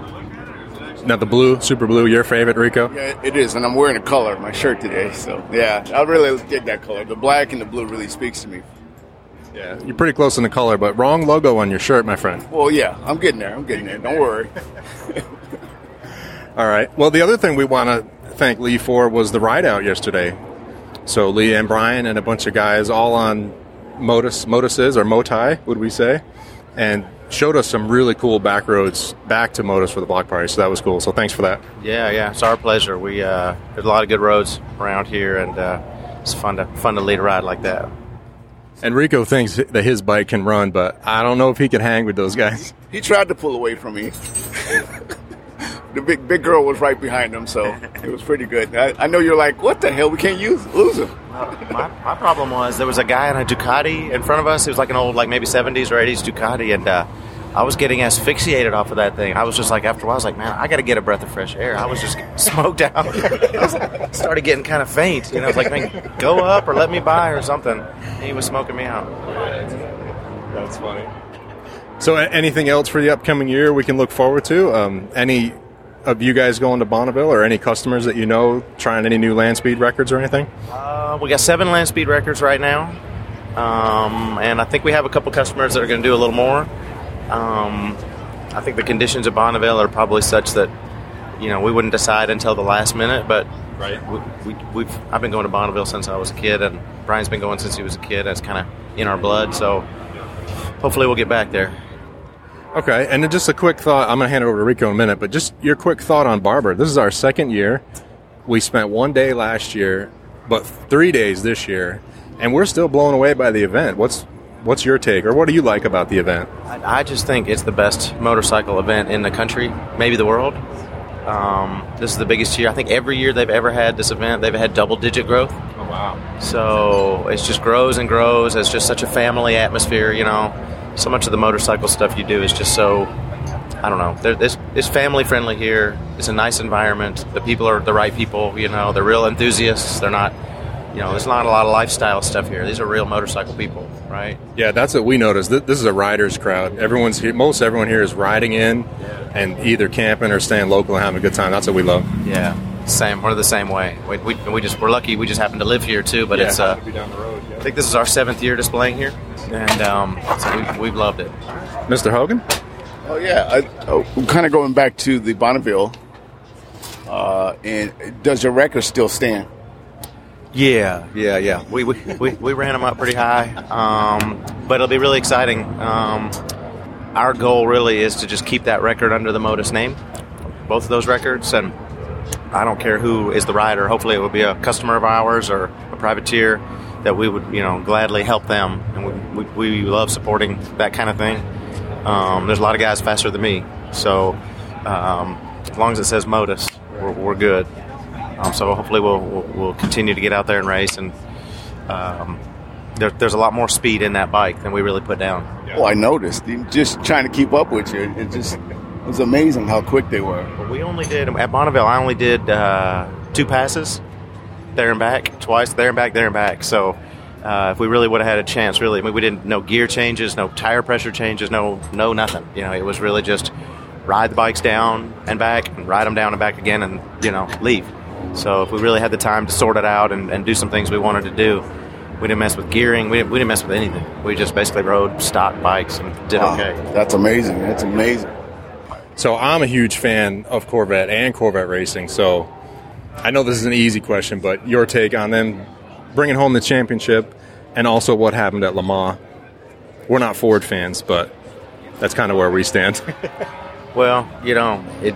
S6: Now, the blue, super blue, your favorite, Rico?
S7: Yeah, it is, and I'm wearing a color of my shirt today, so yeah, I really dig that color. The black and the blue really speaks to me. Yeah.
S6: You're pretty close in the color, but wrong logo on your shirt, my friend.
S7: Well, yeah, I'm getting there. I'm getting there. Don't worry.
S6: All right. Well, the other thing we want to thank Lee for was the ride out yesterday. So Lee and Brian and a bunch of guys all on motus motuses or motai, would we say, and showed us some really cool back roads back to motus for the block party. So that was cool. So thanks for that.
S5: Yeah, yeah, it's our pleasure. We uh, there's a lot of good roads around here, and uh, it's fun to fun to lead a ride like that.
S2: And Rico thinks that his bike can run, but I don't know if he can hang with those guys.
S7: He tried to pull away from me. *laughs* the big big girl was right behind him, so it was pretty good. I, I know you're like, what the hell? We can't use lose him.
S5: my, my problem was there was a guy on a Ducati in front of us. It was like an old, like maybe 70s or 80s Ducati, and uh, I was getting asphyxiated off of that thing. I was just like, after a while, I was like, man, I got to get a breath of fresh air. I was just getting *laughs* smoked out. I was like, started getting kind of faint. You know, I was like, man, go up or let me by or something. And he was smoking me out.
S6: That's funny. So, a- anything else for the upcoming year we can look forward to? Um, any of you guys going to Bonneville, or any customers that you know trying any new land speed records or anything?
S5: Uh, we got seven land speed records right now, um, and I think we have a couple customers that are going to do a little more. Um, I think the conditions at Bonneville are probably such that you know we wouldn't decide until the last minute. But
S6: Right.
S5: we, we, we've I've been going to Bonneville since I was a kid, and Brian's been going since he was a kid. That's kind of in our blood, so hopefully we'll get back there.
S2: Okay, and then just a quick thought. I'm going to hand it over to Rico in a minute, but just your quick thought on Barber. This is our second year. We spent one day last year, but three days this year, and we're still blown away by the event. What's what's your take, or what do you like about the event?
S5: I I just think it's the best motorcycle event in the country, maybe the world. Um, this is the biggest year. I think every year they've ever had this event, they've had double digit growth. Oh, wow. So it just grows and grows. It's just such a family atmosphere, you know. So much of the motorcycle stuff you do is just so, I don't know, There- it's, it's family friendly here. It's a nice environment. The people are the right people, you know. They're real enthusiasts. They're not, you know, there's not a lot of lifestyle stuff here. These are real motorcycle people, right?
S2: Yeah, that's what we noticed. Th- This is a riders crowd. Everyone's here. Most everyone here is riding in, and either camping or staying local and having a good time. That's what we love.
S5: Yeah, same. We're the same way. We, we, we just we're lucky. We just happen to live here too. But it's uh, I think this is our seventh year displaying here, and um, so we've, we've loved it.
S2: Mr. Hogan,
S7: Oh yeah, I, oh, I'm kind of going back to the Bonneville. Uh, and does your record still stand?
S5: Yeah, yeah, yeah. We we, we, we ran them up pretty high, um, but it'll be really exciting. Um, our goal really is to just keep that record under the Modus name, both of those records, and I don't care who is the rider. Hopefully, it will be a customer of ours or a privateer that we would you know gladly help them, and we, we, we love supporting that kind of thing. Um, there's a lot of guys faster than me, so um, as long as it says Modus, we're, we're good. Um, so hopefully we'll, we'll we'll continue to get out there and race, and um, there, there's a lot more speed in that bike than we really put down.
S7: Well, Oh, I noticed. You- Just trying to keep up with you. It just it was amazing how quick they were.
S5: But we only did at Bonneville. I only did uh, two passes, there and back, twice there and back, there and back. So uh, if we really would have had a chance, really, I mean, we didn't no gear changes, no tire pressure changes, no no nothing. You know, it was really just ride the bikes down and back, and ride them down and back again, and you know leave. So if we really had the time to sort it out and, and do some things we wanted to do, we didn't mess with gearing. We didn't, we didn't mess with anything. We just basically rode stock bikes and did
S7: Wow,
S5: okay.
S7: That's amazing. That's amazing.
S2: So I'm a huge fan of Corvette and Corvette racing. So I know this is an easy question, but your take on them bringing home the championship and also what happened at Le Mans. We're not Ford fans, but that's kind of where we stand.
S5: Well, you know, it.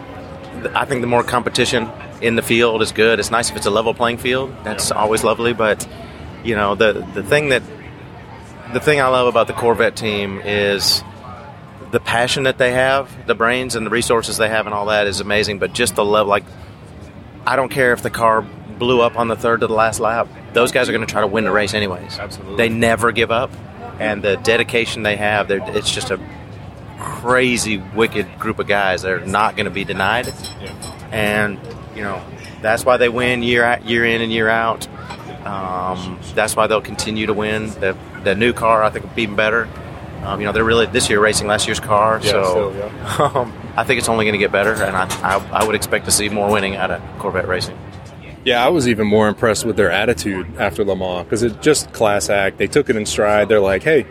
S5: th- I think the more competition in the field is good. It's nice if it's a level playing field. That's always lovely. But you know, the the thing that the thing I love about the Corvette team is the passion that they have, the brains and the resources they have, and all that is amazing. But just the level, like I don't care if the car blew up on the third to the last lap. Those guys are going to try to win the race anyways. Absolutely. They never give up, and the dedication they have, they're- it's just a crazy, wicked group of guys. They're not going to be denied, and you know that's why they win year out, year in and year out. Um, that's why they'll continue to win. The the new car, I think, will be even better. Um, you know, they're really this year racing last year's car, so
S6: still,
S5: um, I think it's only going to get better, and I, I I would expect to see more winning out of Corvette racing.
S6: Yeah, I was even more impressed with their attitude after Le Mans because it just class act. They took it in stride. They're like, "Hey,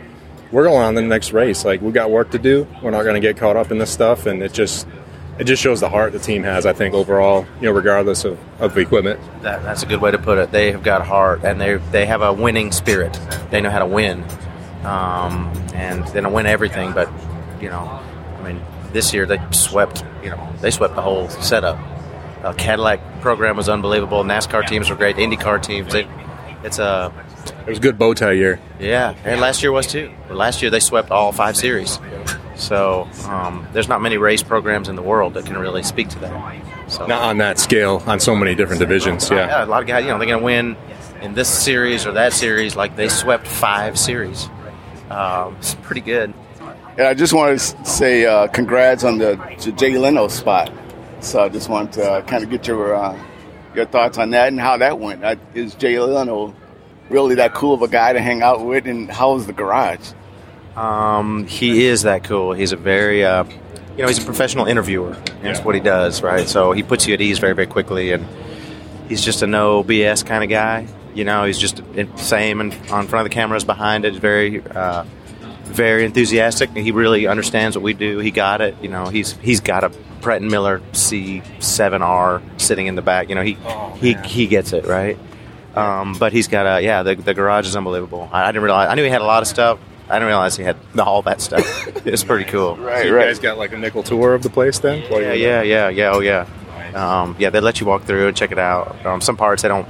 S6: we're going on to the next race. Like, we got work to do. We're not going to get caught up in this stuff." And it just it just shows the heart the team has. I think overall, you know, regardless of of the equipment.
S5: That, that's a good way to put it. They have got heart, and they they have a winning spirit. They know how to win, um, and they don't win everything. But you know, I mean, this year they swept. You know, they swept the whole setup. Uh, Cadillac program was unbelievable. NASCAR teams were great. IndyCar teams. They, it's a
S6: It was a good bow tie year.
S5: yeah, and last year was too. But last year they swept all five series. So um, there's not many race programs in the world that can really speak to that. So
S6: Not on that scale on so many different divisions. Yeah.
S5: yeah, a lot of guys, you know, they're going to win in this series or that series. Like they swept five series. Um, it's pretty good.
S7: And I just wanted to say uh, congrats on the J- Jay Leno spot. So I just want to uh, kind of get your uh, your thoughts on that and how that went. I, is Jay Leno really that cool of a guy to hang out with? And how was the garage?
S5: Um, he is that cool. He's a very, uh, you know, he's a professional interviewer. That's what he does, right? So he puts you at ease very, very quickly, and he's just a no BS kind of guy. You know, he's just in- same and on front of the cameras, behind it, very, uh, very enthusiastic. He really understands what we do. He got it. You know, he's he's got a Pret and Miller C7R sitting in the back. You know, he he he gets it right. Um, but he's got a yeah. The, the garage is unbelievable. I, I didn't realize. I knew he had a lot of stuff. I didn't realize he had all that stuff. it's pretty cool.
S7: Right,
S6: You guys got like a nickel tour of the place then? While you
S5: Yeah,
S6: were
S5: yeah, yeah, yeah. Oh, yeah. Um, yeah, they let you walk through and check it out. Um, some parts they don't,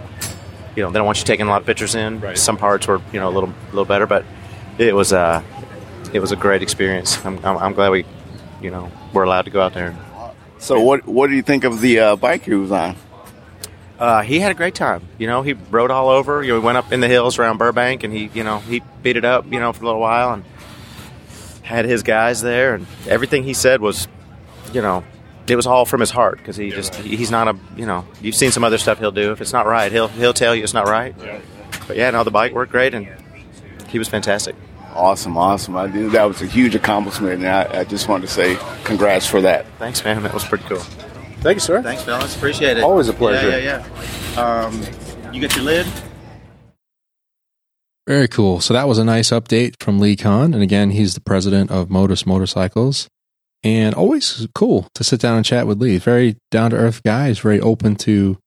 S5: you know, they don't want you taking a lot of pictures in.
S6: Right.
S5: Some parts were, you know, a little, little better, but it was, uh, it was a great experience. I'm, I'm, I'm glad we, you know, were allowed to go out there.
S7: So what what do you think of the uh, bike he was on?
S5: Uh, he had a great time. You know, he rode all over. You know, he went up in the hills around Burbank, and he, you know, he beat it up, you know, for a little while, and had his guys there, and everything he said was, you know, it was all from his heart because he just he's not a, you know, you've seen some other stuff he'll do. If it's not right, he'll he'll tell you it's not right. But yeah, no, the bike worked great, and he was fantastic.
S7: Awesome, awesome. I did, that was a huge accomplishment, and I, I just wanted to say congrats for that.
S5: Thanks, man. That was pretty cool.
S6: there? Thank you, sir.
S5: Thanks, fellas. Appreciate it.
S6: Always a pleasure. Yeah,
S5: yeah. Um, you got your lid.
S2: Very cool. So that was a nice update from Lee Khan. And again, he's the president of Modus Motorcycles. And always cool to sit down and chat with Lee. Very down to earth guy. He's very open to,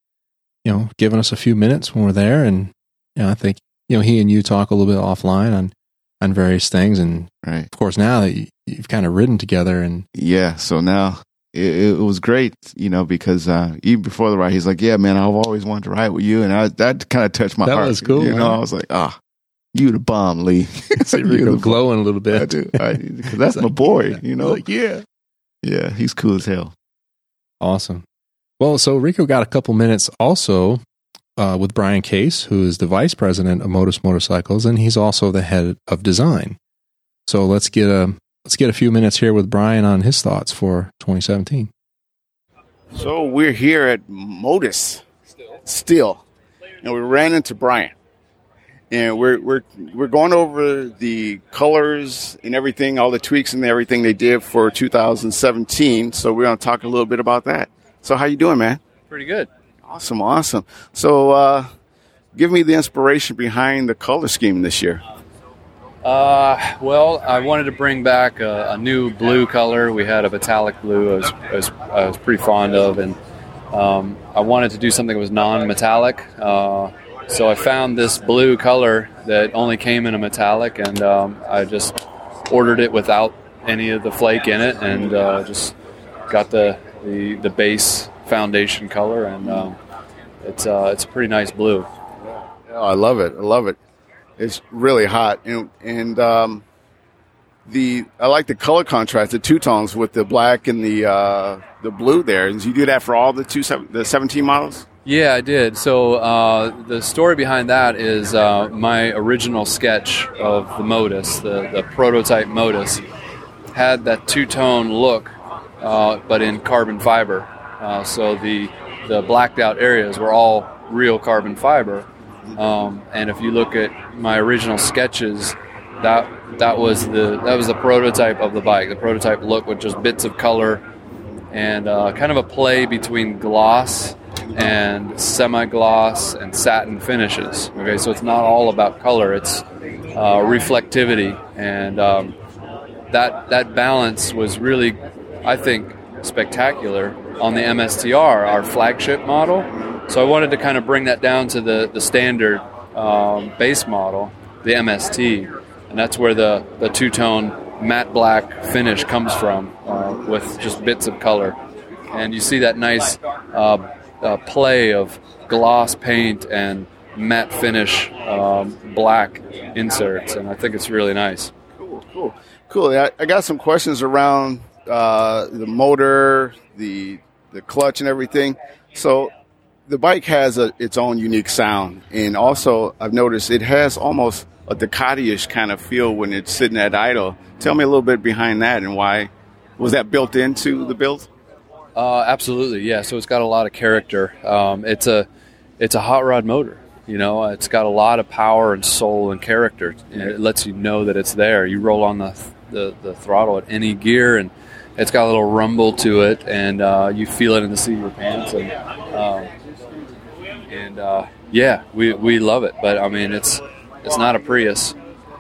S2: you know, giving us a few minutes when we're there. And you know, I think, you know, he and you talk a little bit offline on on various things. And
S3: Right.
S2: of course, now that you- you've kind of ridden together and
S3: yeah so now it, it was great you know because uh even before the ride he's like yeah man i've always wanted to ride with you and I, that kind of touched my
S2: That
S3: heart
S2: was cool,
S3: you know
S2: huh?
S3: i was like ah you the bomb
S2: *laughs*
S3: lee *laughs*
S2: so
S3: You
S2: you're
S3: the bomb.
S2: glowing a little
S3: I
S2: bit.
S3: do. I, 'cause that's
S2: It's
S3: my
S2: like,
S3: boy
S2: yeah.
S3: you know
S2: Like, yeah.
S3: yeah he's cool as hell
S2: Awesome. Well, so Rico got a couple minutes also uh, with Brian Case, who is the vice president of Modus Motorcycles, and he's also the head of design. So let's get a let's get a few minutes here with Brian on his thoughts for 2017.
S7: So we're here at Modus still, and we ran into Brian, and we're we're we're going over the colors and everything, all the tweaks and everything they did for 2017. So we're gonna talk a little bit about that. So how you doing, man?
S8: Pretty good.
S7: Awesome, awesome. So uh, give me the inspiration behind the color scheme this year.
S8: Uh, well, I wanted to bring back a, a new blue color. We had a metallic blue I was, I was, I was pretty fond of, and um, I wanted to do something that was non metallic. Uh, so I found this blue color that only came in a metallic, and um, I just ordered it without any of the flake in it and uh, just got the, the, the base foundation color, and um, it's uh, it's a pretty nice blue.
S7: Oh, I love it. I love it. It's really hot, and and um, the I like the color contrast, the two tones with the black and the uh, the blue there. And you do that for all the two sev- the seventeen models.
S8: Yeah, I did. So uh, the story behind that is uh, my original sketch of the Modus, the, the prototype Modus, had that two tone look, uh, but in carbon fiber. Uh, so the the blacked out areas were all real carbon fiber. Um, and if you look at my original sketches, that that was the that was the prototype of the bike. The prototype look with just bits of color and uh, kind of a play between gloss and semi-gloss and satin finishes. Okay, so it's not all about color; it's uh, reflectivity, and um, that that balance was really, I think, spectacular on the MSTR, our flagship model. So I wanted to kind of bring that down to the the standard um, base model, the MST, and that's where the the two tone matte black finish comes from, uh, with just bits of color, and you see that nice uh, uh, play of gloss paint and matte finish um, black inserts, and I think it's really nice.
S7: Cool, cool, cool. I, I got some questions around uh, the motor, the the clutch, and everything. So the bike has a, its own unique sound, and also I've noticed it has almost a Ducati-ish kind of feel when it's sitting at idle. Tell me a little bit behind that and why was that built into the build?
S8: Uh, absolutely, yeah. So it's got a lot of character. Um, it's a it's a hot rod motor. You know, uh, it's got a lot of power and soul and character. And It lets you know that it's there. You roll on the, the the throttle at any gear, and it's got a little rumble to it, and uh, you feel it in the seat of your pants. And um, and uh, yeah, we, we love it. But I mean, it's it's not a Prius,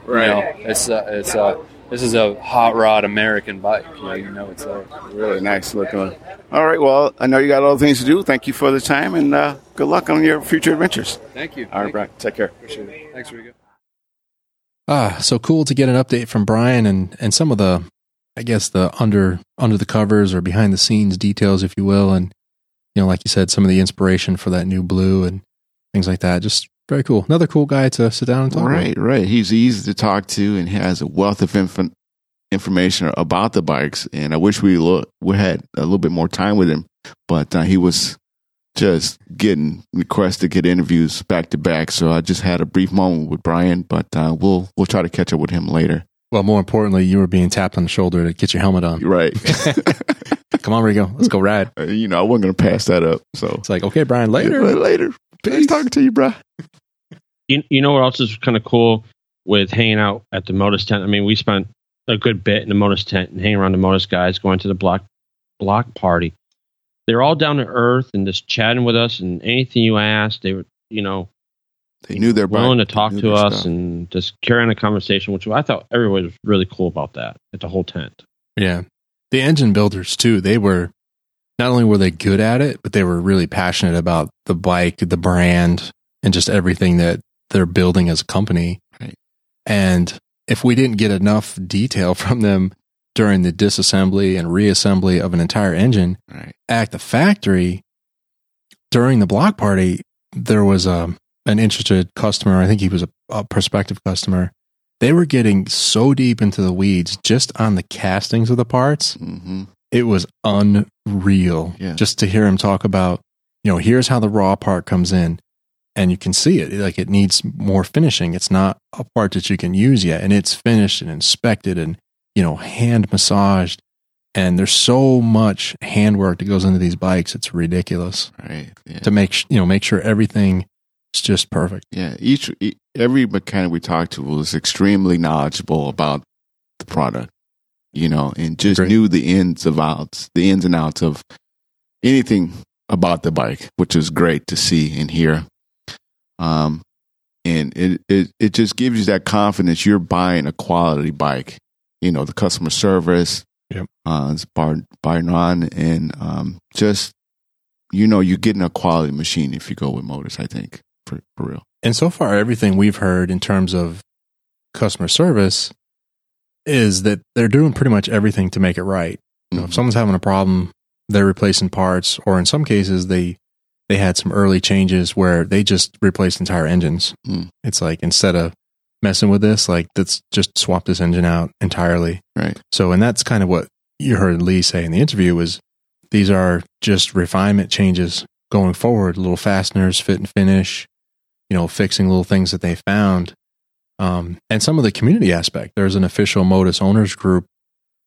S7: Right.
S8: You know, it's uh, it's uh, this is a hot rod American bike. You know, you know it's there.
S7: Really nice looking. All right, well, I know you got other things to do. Thank you for the time, and uh, good luck on your future adventures.
S8: Thank you.
S7: All right, Brian, take care.
S8: Appreciate it. Thanks, Rico.
S2: Ah, so cool to get an update from Brian and and some of the, I guess the under under the covers or behind the scenes details, if you will, and you know, like you said, some of the inspiration for that new blue and things like that. Just very cool. Another cool guy to sit down and talk. with.
S3: Right, right. He's easy to talk to and has a wealth of info- information about the bikes. And I wish we look we had a little bit more time with him, but uh, he was just getting requests to get interviews back to back. So I just had a brief moment with Brian, but uh, we'll we'll try to catch up with him later.
S2: Well, more importantly, you were being tapped on the shoulder to get your helmet
S3: *laughs*
S2: on.
S3: Right.
S2: *laughs* Come on, Rigo, let's go ride.
S3: you know, I wasn't going to pass that up. So
S2: It's like, okay, Brian,
S3: Yeah,
S2: later.
S3: later. Nice talking to you, bro.
S4: you, you know what else is kind of cool with hanging out at the Modus tent? I mean, we spent a good bit in the Modus tent and hanging around the Modus guys, going to the block block party. they were all down to earth and just chatting with us and anything you asked, they were you know
S3: They knew their bike.
S4: willing to
S3: They
S4: talk
S3: knew
S4: to
S3: their
S4: us
S3: stuff.
S4: and just carrying a conversation, which I thought everybody was really cool about that at the whole tent.
S2: Yeah. The engine builders, too, they were not only were they good at it, but they were really passionate about the bike, the brand, and just everything that they're building as a company.
S3: Right.
S2: And if we didn't get enough detail *laughs* from them during the disassembly and reassembly of an entire engine,
S3: Right.
S2: at the factory during the block party, there was um an interested customer. I think he was a, a prospective customer. They were getting so deep into the weeds just on the castings of the parts.
S3: hmm
S2: It was unreal
S3: Yeah.
S2: just to hear him talk about, you know, here's how the raw part comes in. And you can see it. Like it needs more finishing. It's not a part that you can use yet. And it's finished and inspected and, you know, hand massaged. And there's so much handwork that goes into these bikes. It's ridiculous
S3: Right. Yeah.
S2: to make, sh- you know, make sure everything is just perfect.
S3: Yeah, each e- every mechanic we talked to was extremely knowledgeable about the product, you know, and just
S2: Great.
S3: knew the ins of outs, the ins and outs of anything about the bike, which is great to see and hear. Um, and it it it just gives you that confidence you're buying a quality bike. You know, the customer service,
S2: Yep.
S3: uh, is bar barring on, and um, just you know, you're getting a quality machine if you go with motors. I think for for real.
S2: And so far, everything we've heard in terms of customer service is that they're doing pretty much everything to make it right. You know, if
S3: Mhm.
S2: someone's having a problem, they're replacing parts, or in some cases they they had some early changes where they just replaced entire engines.
S3: Hmm.
S2: It's like instead of messing with this, like let's just swap this engine out entirely.
S3: Right.
S2: So, and that's kind of what you heard Lee say in the interview was these are just refinement changes going forward, little fasteners, fit and finish, you know, fixing little things that they found. Um, and some of the community aspect. There's an official Modus owners group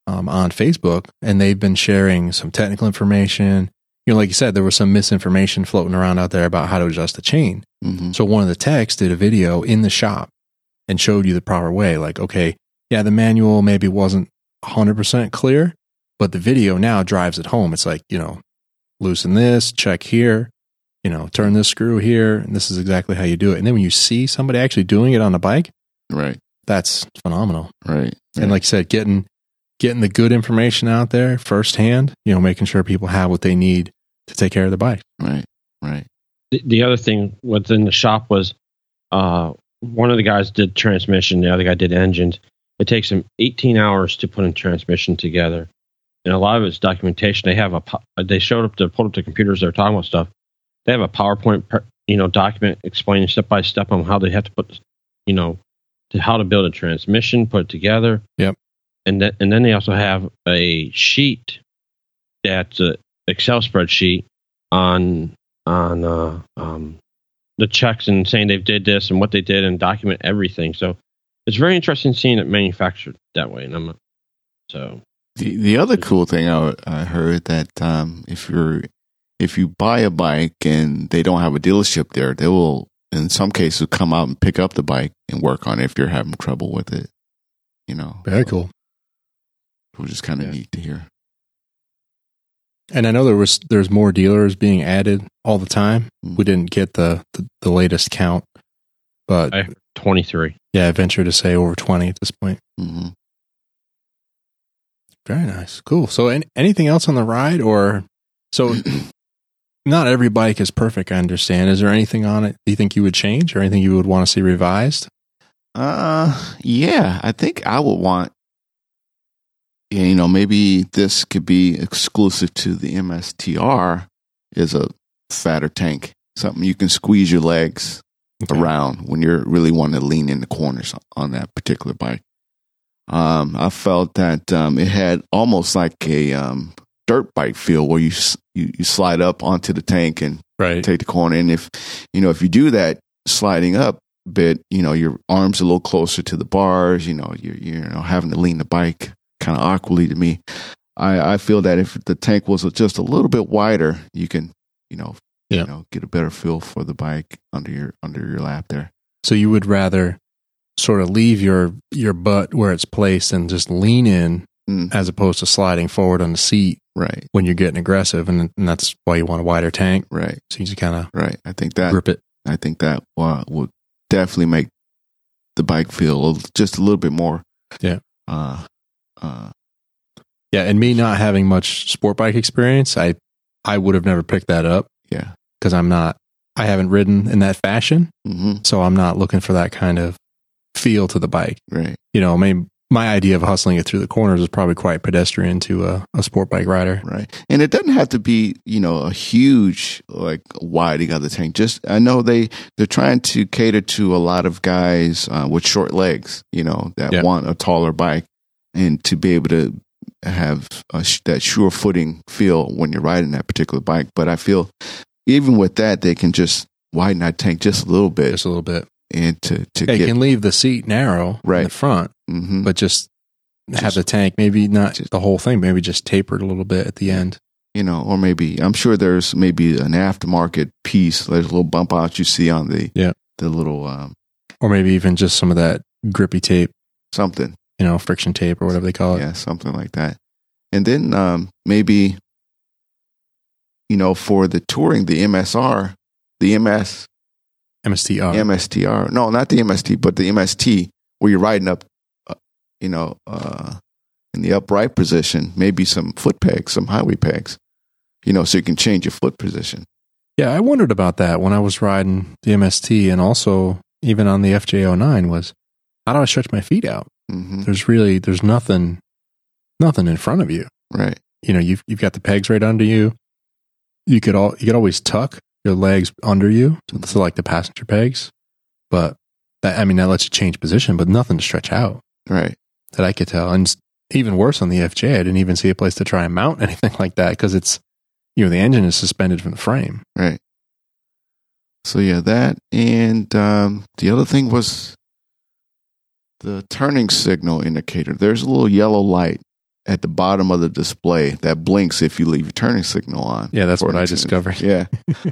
S2: um, on Facebook, and they've been sharing some technical information. You know, like you said, there was some misinformation floating around out there about how to adjust the chain.
S3: hmm
S2: So one of the techs did a video in the shop and showed you the proper way. Like, okay, yeah, the manual maybe wasn't 100% clear, but the video now drives it home. It's like, you know, loosen this, check here, you know, turn this screw here, and this is exactly how you do it. And then when you see somebody actually doing it on a bike,
S3: Right.
S2: that's phenomenal.
S3: Right.
S2: And like you said, getting getting the good information out there firsthand, you know, making sure people have what they need to take care of their bike.
S3: Right. Right.
S4: the, the other thing within the shop was uh, one of the guys did transmission, the other guy did engines. It takes them 18 hours to put a transmission together, and a lot of it's documentation. They have a po- uh, they showed up to pulled up the computers. They're talking about stuff. They have a PowerPoint per- you know document explaining step by step on how they have to put you know to how to build a transmission, put it together.
S2: Yep.
S4: And that and then they also have a sheet that's a Excel spreadsheet on on uh, um, the checks and saying they did this and what they did and document everything. So it's very interesting seeing it manufactured that way. And I'm so
S3: The the other cool thing I, I heard that um, if you're if you buy a bike and they don't have a dealership there, they will in some cases come out and pick up the bike and work on it if you're having trouble with it. You know,
S2: cool.
S3: Which is kind of
S8: Yeah.
S3: neat to hear.
S2: And I know there was there's more dealers being added all the time.
S3: Mm.
S2: We didn't get the the, the latest count, but
S4: I- 23.
S2: yeah, I venture to say over 20 at this point.
S3: hmm
S2: Very nice. Cool. So an anything else on the ride *clears throat* or so not every bike is perfect, I understand. Is there anything on it you think you would change or anything you would want to see revised?
S3: Uh, yeah, I think I would want. Yeah, you know, maybe this could be exclusive to the MSTR. Is a fatter tank, something you can squeeze your legs
S2: Okay.
S3: around when you're really wanting to lean in the corners on that particular bike. Um, I felt that um, it had almost like a um, dirt bike feel where you, s- you you slide up onto the tank and
S2: Right.
S3: take the corner. And if you know if you do that sliding up a bit, you know your arms a little closer to the bars. You know you're you know having to lean the bike kind of awkwardly to me. I I feel that if the tank was just a little bit wider, you can you know
S2: Yeah.
S3: you know get a better feel for the bike under your under your lap there.
S2: So you would rather sort of leave your your butt where it's placed and just lean in
S3: Mm.
S2: as opposed to sliding forward on the seat
S3: Right,
S2: when you're getting aggressive and, and that's why you want a wider tank.
S3: right,
S2: So you just kind of
S3: right. I think that
S2: grip it.
S3: I think that uh, would definitely make the bike feel just a little bit more.
S2: Yeah.
S3: Uh, uh,
S2: Yeah, and me not having much sport bike experience, I I would have never picked that up
S3: yeah.
S2: because I'm not I haven't ridden in that fashion,
S3: hmm
S2: so I'm not looking for that kind of feel to the bike.
S3: Right.
S2: You know, maybe my idea of hustling it through the corners is probably quite pedestrian to a, a sport bike rider.
S3: Right. And it doesn't have to be, you know, a huge, like wide you got the tank. Just, I know they, they're trying to cater to a lot of guys uh, with short legs, you know, that
S2: Yeah.
S3: want a taller bike and to be able to have a, sh- that sure footing feel when you're riding that particular bike. But I feel even with that, they can just widen that tank just a little bit
S2: Just a little bit.
S3: and to, to
S2: Yeah, you
S3: get,
S2: can leave the seat narrow in the
S3: Right.
S2: front,
S3: Mhm.
S2: but just have
S3: Just-
S2: the tank maybe not
S3: just-
S2: the whole thing, maybe just tapered a little bit at the end.
S3: you know, or maybe I'm sure there's maybe an aftermarket piece. There's a little bump out you see on the,
S2: Yeah.
S3: the little, um,
S2: Or maybe even just some of that grippy tape,
S3: something.
S2: you know, friction tape or whatever they call it.
S3: yeah, something like that. And then um, maybe, you know, for the touring, the MSR, the MS,
S2: MSTR.
S3: MSTR, no, not the MST, but the MST, where you're riding up, uh, you know, uh, in the upright position, maybe some foot pegs, some highway pegs, you know, so you can change your foot position.
S2: Yeah, I wondered about that when I was riding the MST and also even on the FJ09 was how do I stretch my feet out?
S3: hmm
S2: There's really there's nothing nothing in front of you.
S3: Right.
S2: you know you've you've got the pegs right under you. You could all you could always tuck your legs under you, so, so like the passenger pegs. But that I mean that lets you change position, but nothing to stretch out
S3: Right.
S2: that I could tell. And s- even worse on the FJ, I didn't even see a place to try and mount *laughs* anything like that because it's you know the engine is suspended from the frame.
S3: Right. So yeah, that and um, the other thing was the turning signal indicator. There's a little yellow light at the bottom of the display that blinks if you leave your turning signal on.
S2: Yeah, that's
S3: for
S2: what I
S3: instance.
S2: discovered.
S3: *laughs* Yeah.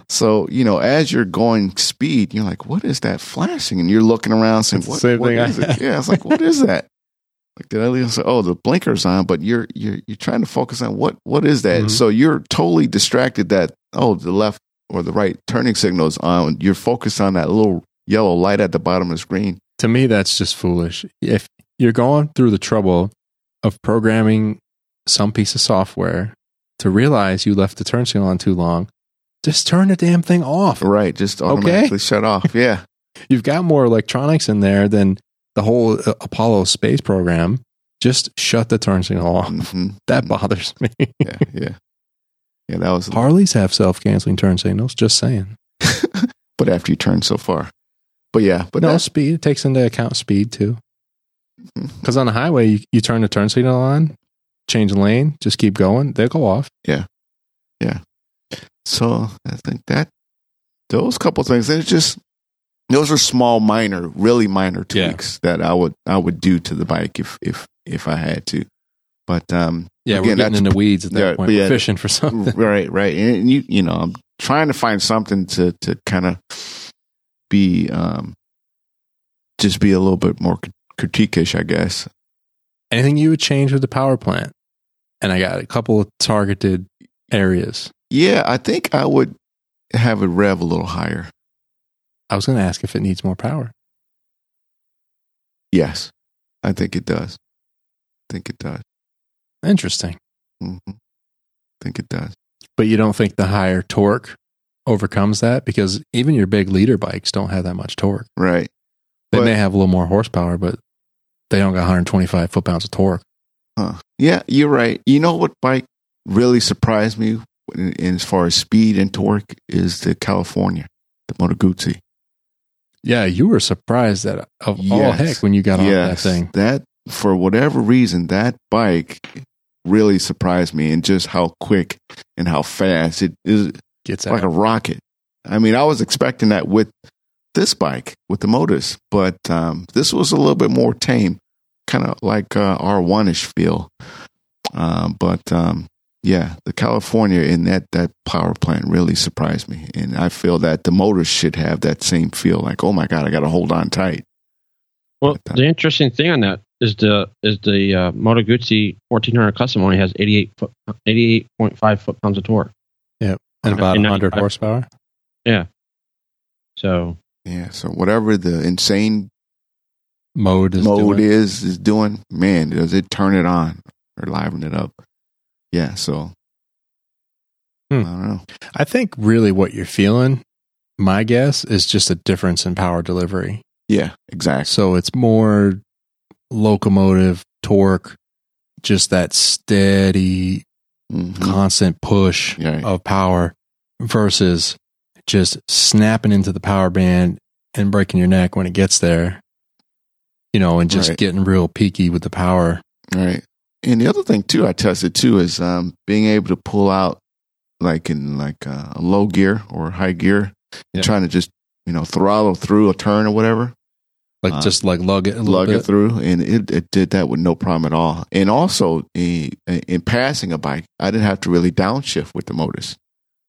S3: so, you know, as you're going speed, you're like, what is that flashing? And you're looking around saying,
S2: That's the
S3: what,
S2: same
S3: what
S2: thing I
S3: is it?
S2: had.
S3: Yeah, it's like, what is that? Like, did I leave? So, oh, the blinker's on, but you're, you're, you're trying to focus on what, what is that?
S2: Mhm.
S3: So you're totally distracted that, oh, the left or the right turning signal is on. You're focused on that little yellow light at the bottom of the screen.
S2: to me that's just foolish if you're going through the trouble of programming some piece of software to realize you left the turn signal on too long just turn the damn thing off
S3: Right. Just
S2: Okay.
S3: automatically shut off. Yeah.
S2: you've got more electronics in there than the whole uh, apollo space program just shut the turn signal off
S3: Mhm.
S2: that bothers me *laughs*
S3: Yeah. Yeah. Yeah. That was,
S2: harleys have self-canceling turn signals just saying
S3: but after you turn so far. But yeah, but
S2: but no
S3: that-
S2: speed it takes into account speed too
S3: Mhm.
S2: because on the highway you, you turn the turn signal on change lane just keep going they'll go off
S3: So I think that those couple things, and it's just those are small, minor, really minor
S2: Yeah.
S3: tweaks that I would I would do to the bike if if if I had to. But um,
S2: Yeah,
S3: Again,
S2: we're getting
S3: that's-
S2: in the weeds at that
S3: yeah,
S2: point.
S3: but
S2: We're
S3: yeah.
S2: fishing for
S3: *laughs*
S2: something.
S3: right, right, and you you know I'm trying to find something to to kind of be um just be a little bit more crit- critique-ish, I guess.
S2: Anything you would change with the power plant? And I got a couple of targeted areas.
S3: Yeah, I think I would have it rev a little higher.
S2: I was going to ask if it needs more power.
S3: Yes, I think it does. I think it does.
S2: Interesting.
S3: hmm I think it does.
S2: But you don't think the higher torque overcomes that because even your big leader bikes don't have that much torque.
S3: Right.
S2: They
S3: But-
S2: may have a little more horsepower, but they don't got 125 foot pounds of torque.
S3: Huh. Yeah, you're right. You know what bike really surprised me in, in as far as speed and torque is the California, the Moto Guzzi.
S2: Yeah, you were surprised that of all
S3: Yes.
S2: heck when you got off that thing.
S3: that for whatever reason that bike really surprised me and just how quick and how fast it is
S2: Gets
S3: like
S2: out.
S3: a rocket. I mean, I was expecting that with this bike with the Modus, but um, this was a little bit more tame, kind of like uh, R1 ish feel. Um, but um, yeah, the California in that that power plant really surprised me, and I feel that the Modus should have that same feel. Like, oh my god, I got to hold on tight.
S4: Well,
S3: Like that.
S4: the interesting thing on that is the is the uh, Moto Guzzi 1400 Custom only has 88 foot 88.5 foot pounds of torque.
S2: and about
S4: in
S2: 100
S4: 95.
S2: horsepower.
S4: So
S3: Yeah, so whatever the insane
S2: Mode is
S3: mode
S2: doing-
S3: is is doing, man, does it turn it on or liven it up? Yeah, so
S2: Hmm.
S3: I don't know.
S2: I think really what you're feeling, my guess, is just a difference in power delivery.
S3: Yeah, exactly.
S2: So it's more locomotive torque, just that steady,
S3: Mhm.
S2: constant push
S3: Yeah.
S2: of power versus just snapping into the power band and breaking your neck when it gets there, you know, and just
S3: Right.
S2: getting real peaky with the power.
S3: Right. And the other thing too, I tested too is um, being able to pull out like in like uh, a low gear or high gear,
S2: Yeah.
S3: and trying to just you know throttle through a turn or whatever,
S2: Like
S3: Uh,
S2: just like lug it a little
S3: lug
S2: bit.
S3: it through, and it, it did that with no problem at all. And also in, in passing a bike, I didn't have to really downshift with the motors.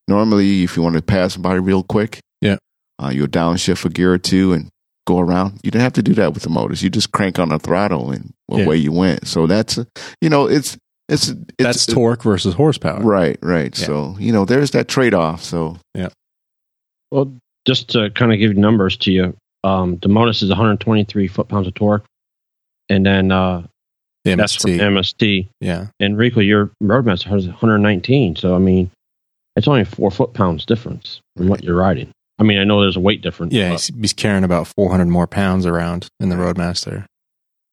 S3: Normally, if you want to pass somebody real quick,
S2: Yeah.
S3: uh, you'll downshift a gear or two and go around. You didn't have to do that with the motors. You just crank on the throttle and
S2: Yeah.
S3: away you went. So that's you know it's it's it's
S2: That's
S3: it's-
S2: torque versus horsepower.
S3: right right.
S2: Yeah.
S3: So you know there's that trade off. So
S4: Well, just to kind of give numbers to you, um, the Modus is 123 foot pounds of torque, and then uh,
S2: The
S4: that's from
S2: MST.
S4: MST.
S2: Yeah.
S4: And Rico, your roadmaster has 119, so I mean, it's only four foot pounds difference from what you're riding. I mean, I know there's a weight difference.
S2: Yeah,
S4: but-
S2: he's, he's carrying about 400 more pounds around in the Roadmaster.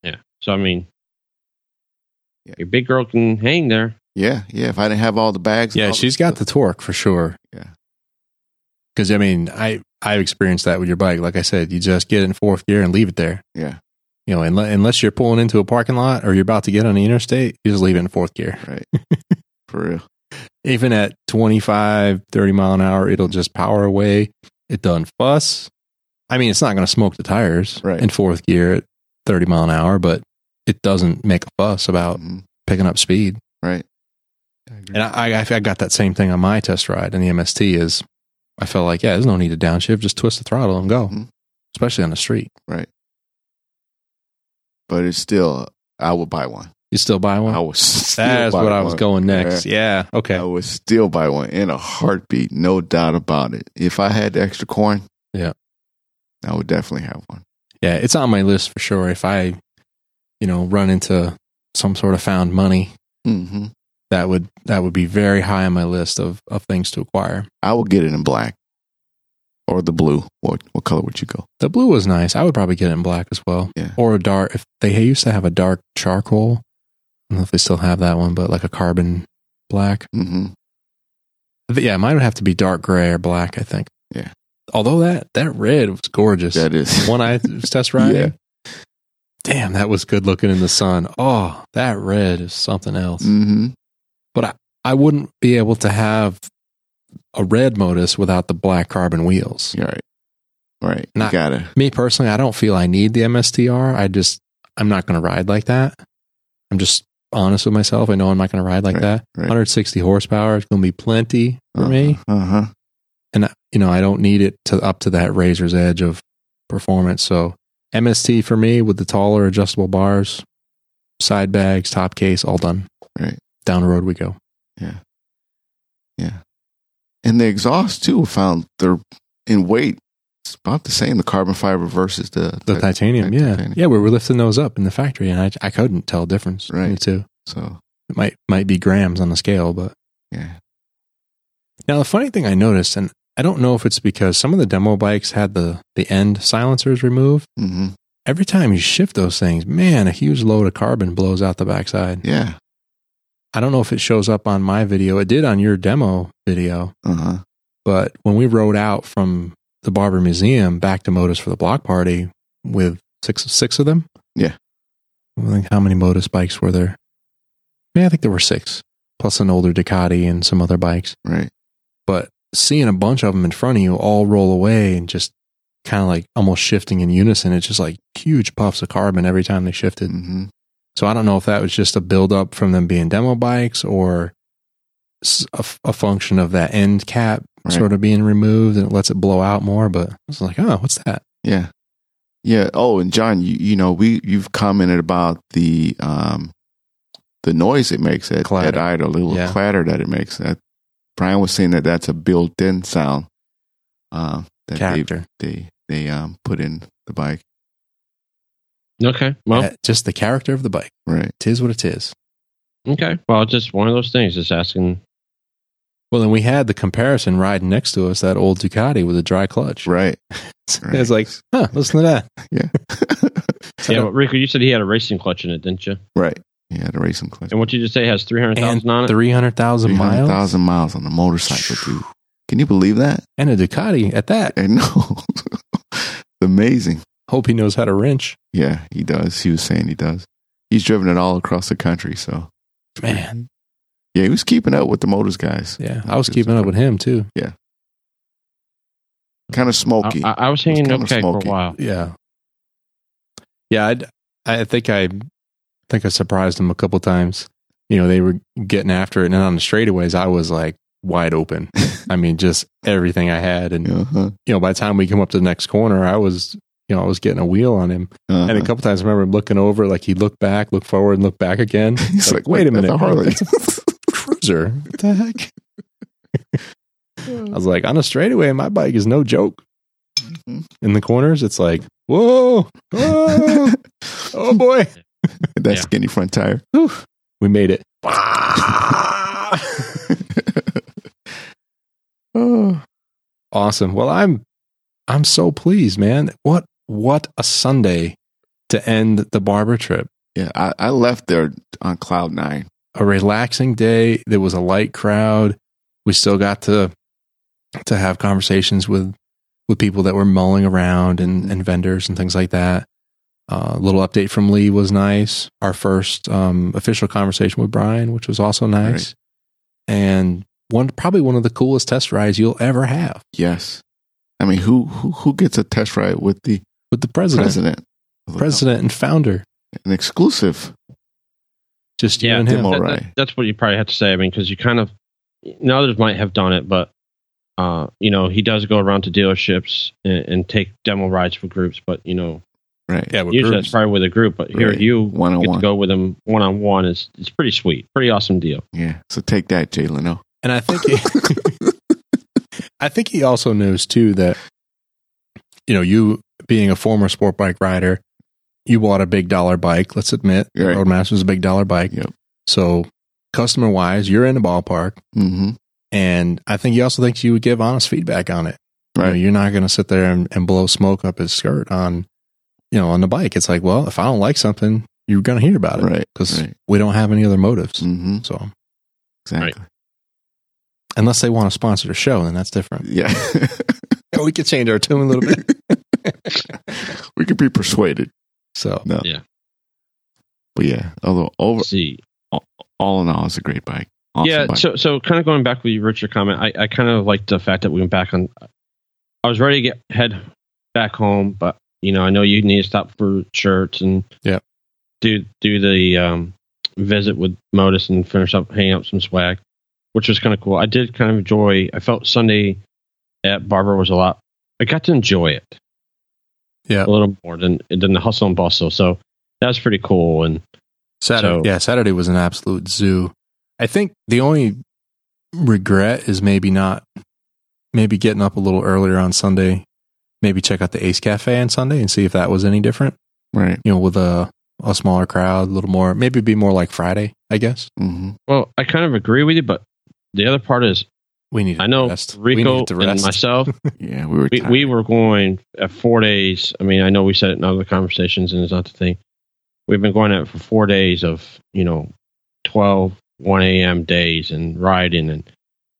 S4: yeah. So I mean,
S3: Yeah.
S4: your big girl can hang there.
S3: Yeah, yeah. If I didn't have all the bags, and
S2: Yeah,
S3: all
S2: she's got the torque for sure.
S3: Yeah.
S2: Because I mean, I I've experienced that with your bike. Like I said, you just get it in fourth gear and leave it there.
S3: Yeah.
S2: You know, unless, unless you're pulling into a parking lot or you're about to get on the interstate, you just leave it in fourth gear.
S3: right
S2: *laughs*
S3: for real.
S2: Even at 25, 30 mile an hour, it'll just power away. It doesn't fuss. I mean, it's not going to smoke the tires
S3: Right.
S2: in fourth gear at 30 mile an hour, but it doesn't make a fuss about
S3: Mhm.
S2: picking up speed.
S3: Right.
S2: And Oh, I, I, I got that same thing on my test ride in the MST. Is I felt like, yeah, there's no need to downshift. Just twist the throttle and go,
S3: Mhm.
S2: especially on the street.
S3: But it's still, I would buy one.
S2: You still buy one?
S3: I was. *laughs* still
S2: That's
S3: buy
S2: what I was
S3: one.
S2: going next. Yeah.
S3: I
S2: Okay.
S3: would still buy one in a heartbeat, no doubt about it. If I had the extra coin,
S2: Yeah.
S3: I would definitely have one.
S2: Yeah. It's on my list for sure. If I, you know, run into some sort of found money,
S3: hmm
S2: that would that would be very high on my list of of things to acquire.
S3: I would get it in black or the blue. What what color would you go?
S2: The blue was nice. I would probably get it in black as well,
S3: Yeah.
S2: or a dark. If they used to have a dark charcoal, I don't know if they still have that one, but like a carbon black.
S3: hmm
S2: Th- Yeah, mine would have to be dark gray or black, I think.
S3: Yeah.
S2: Although that that red was gorgeous.
S3: That is *laughs*
S2: One I was test riding. Damn, that was good looking in the sun. Oh, that red is something else.
S3: hmm
S2: I wouldn't be able to have a red modus without the black carbon wheels.
S3: You're right. Right.
S2: Not-
S3: you gotta.
S2: Me personally, I don't feel I need the MSTR. I just I'm not going to ride like that. I'm just honest with myself. I know I'm not going to ride like
S3: Right,
S2: that.
S3: right.
S2: 160 horsepower is going to be plenty for me.
S3: Uh huh.
S2: and you know I don't need it to up to that razor's edge of performance. So MST for me with the taller adjustable bars, side bags, top case, all done.
S3: Right.
S2: down the road we go.
S3: And the exhaust too found they're in weight. It's about the same. The carbon fiber versus the,
S2: The
S3: the-
S2: titanium,
S3: ti-
S2: yeah,
S3: titanium.
S2: yeah, we were lifting those up in the factory, and I I couldn't tell the difference. between
S3: Right.
S2: the two.
S3: So
S2: It might might be grams on the scale, but
S3: yeah.
S2: now the funny thing I noticed, and I don't know if it's because some of the demo bikes had the the end silencers removed.
S3: hmm
S2: Every time you shift those things, man, a huge load of carbon blows out the backside.
S3: Yeah.
S2: I don't know if it shows up on my video. It did on your demo video,
S3: Uh huh.
S2: but when we rode out from the Barber Museum back to Modus for the block party with six six of them.
S3: Yeah.
S2: I think how many Modus bikes were there? Yeah, I think there were six, plus an older Ducati and some other bikes.
S3: Right.
S2: But seeing a bunch of them in front of you all roll away and just kind of like almost shifting in unison, it's just like huge puffs of carbon every time they shifted.
S3: hmm
S2: So I don't know if that was just a buildup from them being demo bikes or s- a, f- a function of that end cap
S3: Right.
S2: sort of being removed and it lets it blow out more. But I was like, oh, what's that?
S3: Yeah. Yeah. Oh, and John, you, you know, we you've commented about the um the noise it makes at, at
S2: Clatter.
S3: idle, the little
S2: Yeah.
S3: clatter that it makes. That Brian was saying that that's a built-in sound uh, that
S2: Character.
S3: they they they um put in the bike.
S4: Okay. Well,
S2: Uh, just the character of the bike.
S3: Right.
S2: Tis what it is.
S4: okay. Well, it's just one of those things. Just asking.
S2: Well, then we had the comparison riding next to us, that old Ducati with a dry clutch.
S3: Right.
S2: *laughs* It's like, huh, listen to that.
S4: Yeah, but Rico, you said he had a racing clutch in it, didn't you?
S3: Right. You had to raise some clutch.
S4: And what you just say it has three hundred
S2: And
S4: thousand on it.
S2: 300,000 miles.
S3: 300,000 miles on a motorcycle, dude. Can you believe that?
S2: And a Ducati at that.
S3: I know. *laughs* Amazing.
S2: Hope he knows how to wrench.
S3: Yeah, he does. He was saying he does. He's driven it all across the country. So
S2: Man.
S3: yeah, he was keeping up with the motors guys.
S2: Yeah. I was keeping up with him too.
S3: Kind of smoky.
S2: Uh,
S4: I, I- I was
S3: It's
S4: hanging
S3: kinda
S4: okay for
S3: smoky.
S4: a while.
S2: Yeah. Yeah, I'd, I think I think I surprised them a couple times. You know, they were getting after it, and then on the straightaways, I was like wide open. I mean, just everything I had, and
S3: uh-huh.
S2: you know, by the time we come up to the next corner, I was, you know, I was getting a wheel on him.
S3: Uh-huh.
S2: And a couple times, I remember him looking over, like he looked back, looked forward, and looked back again.
S3: *laughs* He's like, wait a minute,
S2: that's
S3: Harley.
S2: a *laughs* cruiser. What the heck? *laughs* I was like, on a straightaway, my bike is no joke.
S3: Mhm.
S2: In the corners, it's like, whoa,
S3: *laughs*
S2: whoa, oh boy,
S3: Uh-huh. that
S4: Yeah.
S3: skinny front tire. *laughs*
S2: Whew. we made it.
S3: oh,
S2: Awesome. Well, I'm, I'm so pleased, man. What, what a Sunday to end the barber trip.
S3: yeah, I, I left there on cloud nine.
S2: a relaxing day. There was a light crowd. We still got to to have conversations with with people that were mulling around and, and vendors and things like that. Uh, little update from Lee was nice. Our first um, official conversation with Brian, which was also nice, and one probably one of the coolest test rides you'll ever have
S3: Yes. I mean, who who who gets a test ride with the
S2: with the president, president,
S3: president? of the
S2: and founder.
S3: company? An exclusive.
S2: Just you
S4: Yeah,
S2: and him.
S3: demo.
S4: That-
S3: Right.
S4: that- that's what you probably have to say. I mean, because you kind of, and others might have done it, but uh, you know, he does go around to dealerships and, and take demo rides for groups. But you know,
S3: Right.
S2: Yeah, with
S4: usually
S2: groups.
S4: that's probably with a group. But here
S3: Right.
S4: you get
S3: One-on-one.
S4: to go with him one on one. Is it's pretty sweet, pretty awesome deal.
S3: Yeah. So take that, Jay Leno.
S2: And I think he, I think he also knows too that you know you being a former sport bike rider, you bought a big dollar bike. Let's admit, the
S3: Right.
S2: Roadmaster is a big dollar bike.
S3: Yep.
S2: So customer wise, you're in the ballpark,
S3: *laughs* Mm-hmm.
S2: and I think he also thinks you would give honest feedback on it. You
S3: Right.
S2: are not going to sit there and, and blow smoke up his skirt on you know on the bike. It's like, well, if I don't like something, you're going to hear about it
S3: Right.
S2: because
S3: right.
S2: we don't have any other motives.
S3: Mm-hmm.
S2: So
S3: Exactly.
S2: unless they want to sponsor the show, then that's different.
S3: Yeah.
S2: *laughs*
S3: *laughs*
S2: we could change our tune a little bit.
S3: we could be persuaded.
S2: *laughs* So
S3: No.
S4: Yeah.
S3: But yeah, although over
S4: Let's see,
S3: all in all, it's a great bike. Awesome
S4: yeah.
S3: bike.
S4: So so kind of going back with your Richard comment, I, I kind of liked the fact that we went back on. I was ready to get head back home, but you know, I know you need to stop for shirts and
S2: Yeah.
S4: do do the um, visit with Modus and finish up hang up some swag, which was kind of cool. I did kind of enjoy. I felt Sunday at Barber was a lot. I got to enjoy it.
S2: Yeah.
S4: a little more than than the hustle and bustle. So that was pretty cool. And
S2: Saturday,
S4: So-
S2: yeah, Saturday was an absolute zoo. I think the only regret is maybe not, maybe getting up a little earlier on Sunday. Maybe check out the Ace Cafe on Sunday and see if that was any different.
S3: right.
S2: You know, with a a smaller crowd, a little more. Maybe be more like Friday, I guess.
S4: *laughs*
S3: Mm-hmm.
S4: well, I kind of agree with you, but the other part is
S2: We need.
S4: I know
S2: to rest. We
S4: Rico
S2: need to
S4: and
S2: rest. *laughs*
S4: myself.
S3: Yeah, we were.
S4: We,
S3: tired.
S4: we were going at four days. I mean, I know we said it in other conversations, and it's not the thing. We've been going at it for four days of you know, 12, 1 a.m. days and riding and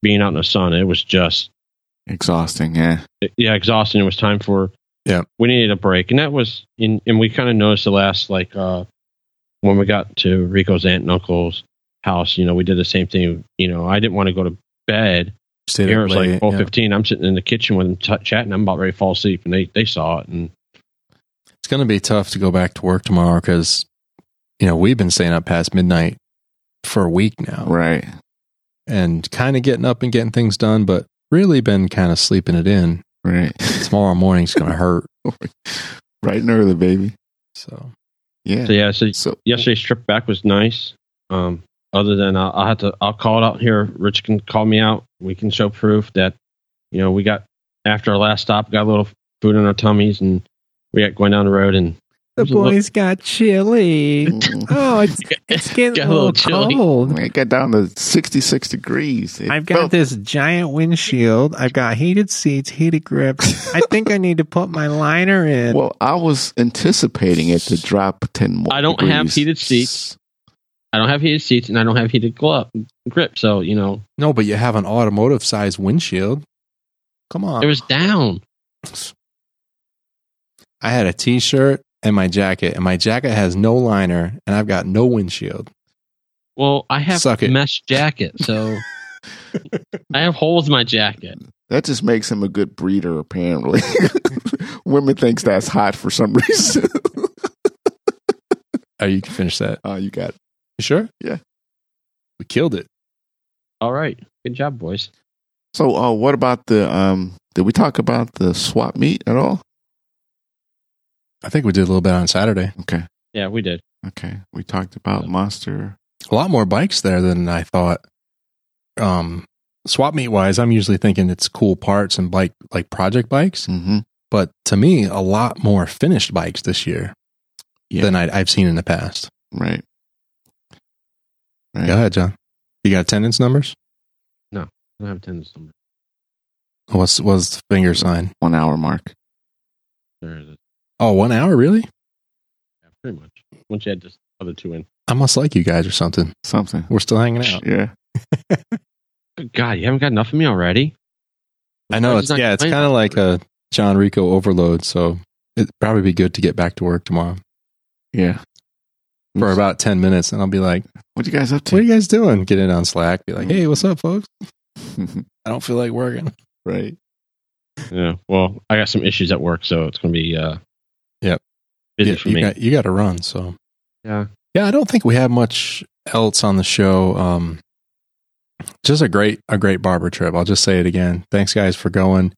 S4: being out in the sun. It was just
S3: exhausting. Yeah.
S4: yeah, exhausting. It was time for
S2: Yeah.
S4: We needed a break, and that was in. And we kind of noticed the last like uh when we got to Rico's aunt and uncle's house. You know, we did the same thing. You know, I didn't want to go to bed
S2: Stayed
S4: Here
S2: up
S4: it was
S2: late,
S4: like
S2: yeah.
S4: twelve fifteen. I'm sitting in the kitchen with them t- chatting. I'm about ready to fall asleep, and they, they saw it. And
S2: It's going to be tough to go back to work tomorrow because you know we've been staying up past midnight for a week now.
S3: Right.
S2: and kind of getting up and getting things done, but really been kind of sleeping it in.
S3: Right. *laughs*
S2: Tomorrow morning's going
S9: *laughs*
S2: to hurt.
S3: right and early, baby.
S2: So
S3: Yeah.
S4: so Oh, yeah, so *laughs*
S3: So
S4: yesterday's trip back was nice. Um, other than I'll, I'll have to, I'll call it out here. Rich can call me out. We can show proof that you know we got after our last stop, got a little food in our tummies, and we got going down the road and the boys
S9: Oh, it's, it's getting
S4: *laughs*
S9: a
S4: Got a
S9: little
S4: little chilly.
S9: cold.
S3: mm-hmm. it got down to sixty-six degrees. It
S9: I've got
S3: felt-
S9: this giant windshield. I've got heated seats, heated grips.
S3: *laughs*
S9: I think I need to put my liner in.
S3: Well, I was anticipating it to drop ten more.
S4: I don't have
S3: degrees.
S4: heated seats. I don't have heated seats and I don't have heated glove grip. So you know
S2: no, but you have an automotive sized windshield. Come on.
S4: it was down.
S2: I had a t-shirt and my jacket, and my jacket has no liner, and I've got no windshield.
S4: Well, I have
S2: Suck it.
S4: mesh jacket, so I have holes in my jacket.
S3: That just makes him a good breeder, apparently. *laughs* Women thinks that's hot for some *laughs* reason.
S2: Oh, you can finish that.
S3: oh, you got it.
S2: You sure?
S3: Yeah.
S2: We killed it.
S4: All right, good job, boys.
S3: So, uh, what about the? Um, did we talk about the swap meet at all?
S2: I think we did a little bit on Saturday.
S3: Okay,
S4: Yeah, we did.
S3: okay. We talked about monster.
S2: A lot more bikes there than I thought. Um, swap meet wise, I'm usually thinking it's cool parts and bike like project bikes.
S3: Mm-hmm.
S2: but to me, a lot more finished bikes this year
S3: Yeah.
S2: than I, I've seen in the past.
S3: Right.
S2: Go ahead, John. You got attendance numbers?
S4: I don't have attendance number.
S2: What's was the finger sign?
S3: One hour mark.
S4: There it is.
S2: Oh, one hour, really?
S4: Yeah, pretty much. Once you add this other two in,
S2: I must like you guys or something.
S3: Something.
S2: We're still hanging out.
S3: Yeah.
S4: Good God, you haven't got enough of me already.
S2: I know.
S4: I'm
S2: It's,
S4: just not
S2: yeah, it's
S4: complaining.
S2: kind of like a John Rico overload. So it'd probably be good to get back to work tomorrow
S3: Yeah.
S2: for about 10 minutes. And I'll be like,
S3: What you guys up
S2: what are
S3: to?
S2: you guys doing? Get in on Slack. Be like, hey, what's up, folks? I don't feel like working.
S3: *laughs* right.
S4: Yeah. Well, I got some issues at work, so it's gonna be uh
S2: Yep.
S4: busy
S2: Yeah,
S4: for
S2: you
S4: me.
S2: Got, you got to run. So
S4: Yeah.
S2: yeah, I don't think we have much else on the show. Um, just a great, a great barber trip. I'll just say it again. Thanks guys for going.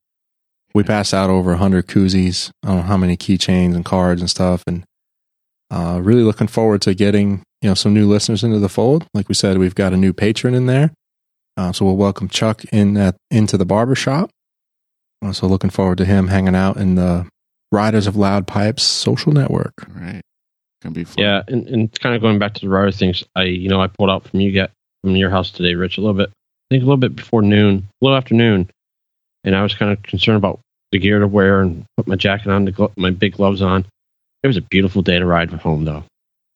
S2: We passed out over hundred koozies. I don't know how many keychains and cards and stuff. And, uh, really looking forward to getting, you know, some new listeners into the fold. Like we said, we've got a new patron in there. Uh, so we'll welcome Chuck in at, into the barber shop. Uh, so looking forward to him hanging out in the Riders of Loud Pipes social network.
S3: Right. Gonna be fun.
S4: Yeah, and, and kind of going back to the router things, I you know I pulled out from you get from your house today, Rich, a little bit. I think a little bit before noon, a little after noon, and I was kind of concerned about the gear to wear and put my jacket on, the glo- my big gloves on. It was a beautiful day to ride home, though.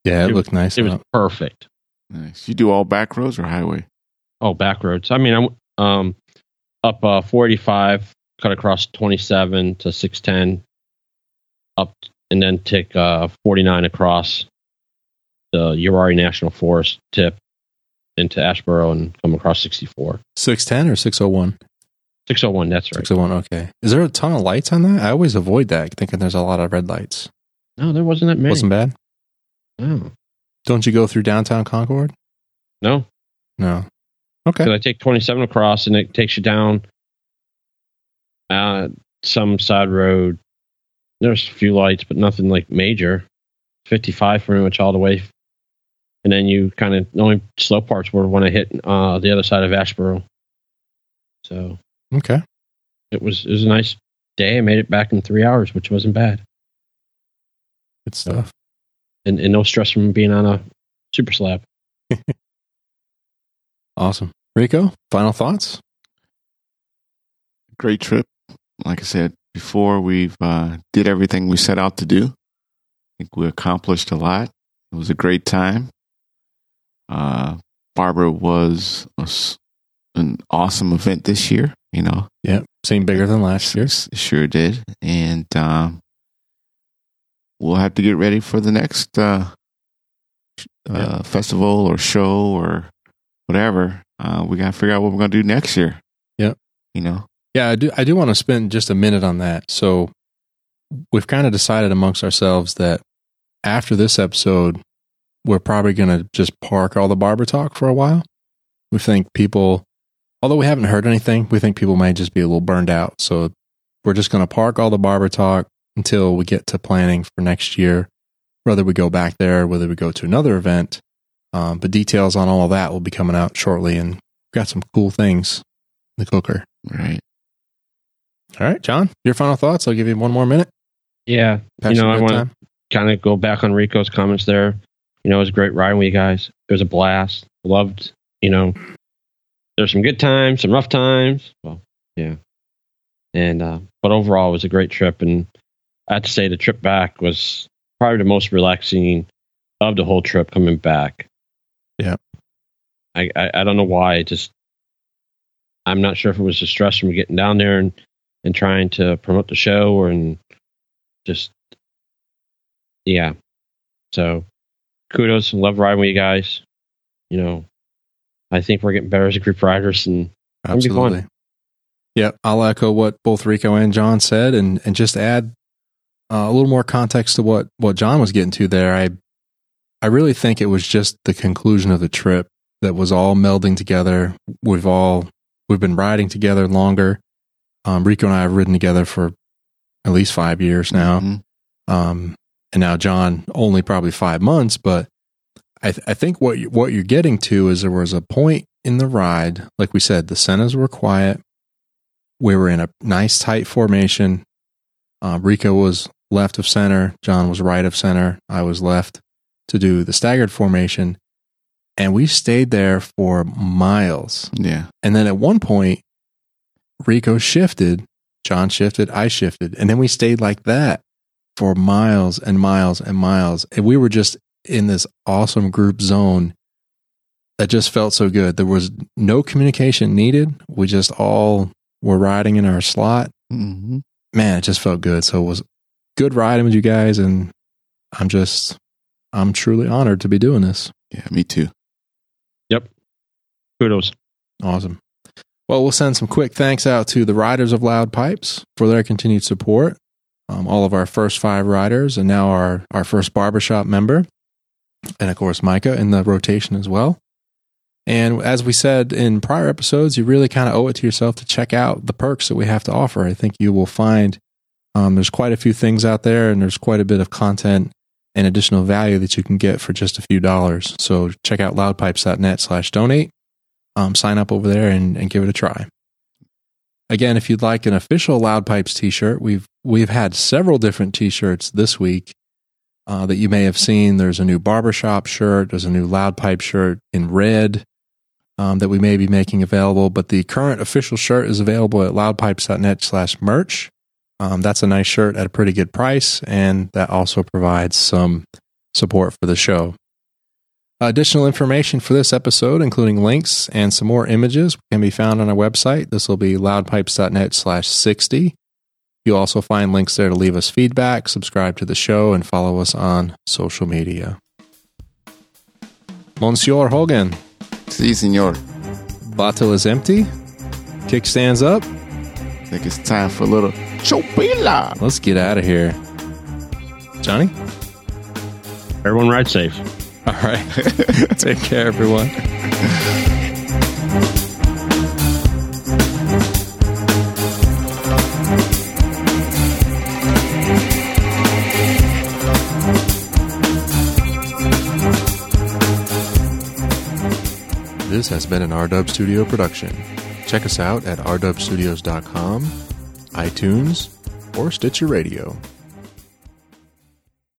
S2: Yeah, it,
S4: It-
S2: looked nice.
S4: It was
S2: out.
S4: perfect.
S3: Nice. You do all back roads or highway?
S4: Oh, back roads. I mean, I'm um, up uh, 485, cut across 27 to 610, up and then take uh, 49 across the Urari National Forest tip into Ashboro and come across 64.
S2: 610 or 601?
S4: 601, that's right.
S2: 601, okay. Is there a ton of lights on that? I always avoid that, thinking there's a lot of red lights.
S4: No, there wasn't that many.
S2: Wasn't bad.
S4: No.
S2: Don't you go through downtown Concord?
S4: No.
S2: No. Okay.
S4: Because I take 27 across and it takes you down uh, some side road. There's a few lights, but nothing like major. 55 pretty much all the way. And then you kind of, the only slow parts were when I hit uh, the other side of Ashboro. So
S2: Okay.
S4: it was it was a nice day. I made it back in three hours, which wasn't bad.
S2: Good stuff.
S4: And, and no stress from being on a super slab.
S2: Awesome. Rico, final thoughts?
S3: great trip. Like I said before, we've uh, did everything we set out to do. I think we accomplished a lot. It was a great time. Uh, Barbara was a s an awesome event this year. You know,
S2: Yeah. Seemed bigger than last year.
S3: S- sure did, and um, we'll have to get ready for the next uh, sh- uh, festival or show or whatever. Uh, we got to figure out what we're going to do next year.
S2: Yep.
S3: You know,
S2: Yeah, I do. I do want to spend just a minute on that. So we've kind of decided amongst ourselves that after this episode, we're probably going to just park all the barber talk for a while. We think people, although we haven't heard anything, we think people may just be a little burned out. So we're just going to park all the barber talk until we get to planning for next year, whether we go back there, whether we go to another event. Um, but details on all that will be coming out shortly, and we've got some cool things in the cooker.
S3: right.
S2: All right, John, your final thoughts. I'll give you one more minute.
S4: Yeah.
S2: Pass
S4: You know,
S2: the
S4: I
S2: good
S4: wanna-
S2: time.
S4: kind of go back on Rico's comments there. You know, it was a great riding with you guys. It was a blast. Loved, you know, there's some good times, some rough times. Well, yeah. And, uh, but overall, it was a great trip. And I have to say, the trip back was probably the most relaxing of the whole trip coming back.
S2: Yeah.
S4: I, I, I don't know why. It just, I'm not sure if it was the stress from getting down there and, and trying to promote the show or and just yeah. So kudos and love riding with you guys. You know, I think we're getting better as a group of riders and That'd be fun.
S2: Absolutely. Yeah, I'll echo what both Rico and John said, and and just add uh, a little more context to what what John was getting to there. I I really think it was just the conclusion of the trip that was all melding together. We've all we've been riding together longer. Um, Rico and I have ridden together for at least five years now.
S3: Mhm.
S2: um, and now John only probably five months, but I, th- I think what you, what you're getting to is there was a point in the ride, like we said, the centers were quiet. We were in a nice tight formation. Uh, Rico was left of center, John was right of center, I was left to do the staggered formation, and we stayed there for miles.
S3: Yeah.
S2: And then at one point, Rico shifted, John shifted, I shifted. And then we stayed like that for miles and miles and miles. And we were just in this awesome group zone that just felt so good. There was no communication needed. We just all were riding in our slot.
S3: Mm-hmm.
S2: Man, it just felt good. So it was good riding with you guys, and I'm just, I'm truly honored to be doing this.
S3: Yeah, me too.
S4: Kudos.
S2: Awesome. Well, we'll send some quick thanks out to the riders of Loud Pipes for their continued support. Um, all of our first five riders, and now our our first barbershop member, and of course Micah in the rotation as well. And as we said in prior episodes, you really kind of owe it to yourself to check out the perks that we have to offer. I think you will find um, there's quite a few things out there, and there's quite a bit of content and additional value that you can get for just a few dollars. So check out loudpipes.net/donate um, sign up over there and, and give it a try. Again, if you'd like an official Loud Pipes T-shirt, we've we've had several different T-shirts this week uh, that you may have seen. There's a new barbershop shirt. There's a new Loud Pipe shirt in red um, that we may be making available. But the current official shirt is available at loudpipes.net/merch. Um, that's a nice shirt at a pretty good price, and that also provides some support for the show. Additional information for this episode, including links and some more images, can be found on our website. This will be loudpipes.net slash 60. You'll also find links there to leave us feedback, subscribe to the show, and follow us on social media. Monsieur Hogan,
S3: See, senor.
S2: bottle is empty, kickstands up.
S3: I think it's time for a little chopila.
S2: Let's get out of here. Johnny?
S4: Everyone ride safe.
S2: All right. *laughs* Take care, everyone. This has been an RDub Studio production. Check us out at rdubstudios.com, iTunes, or Stitcher Radio.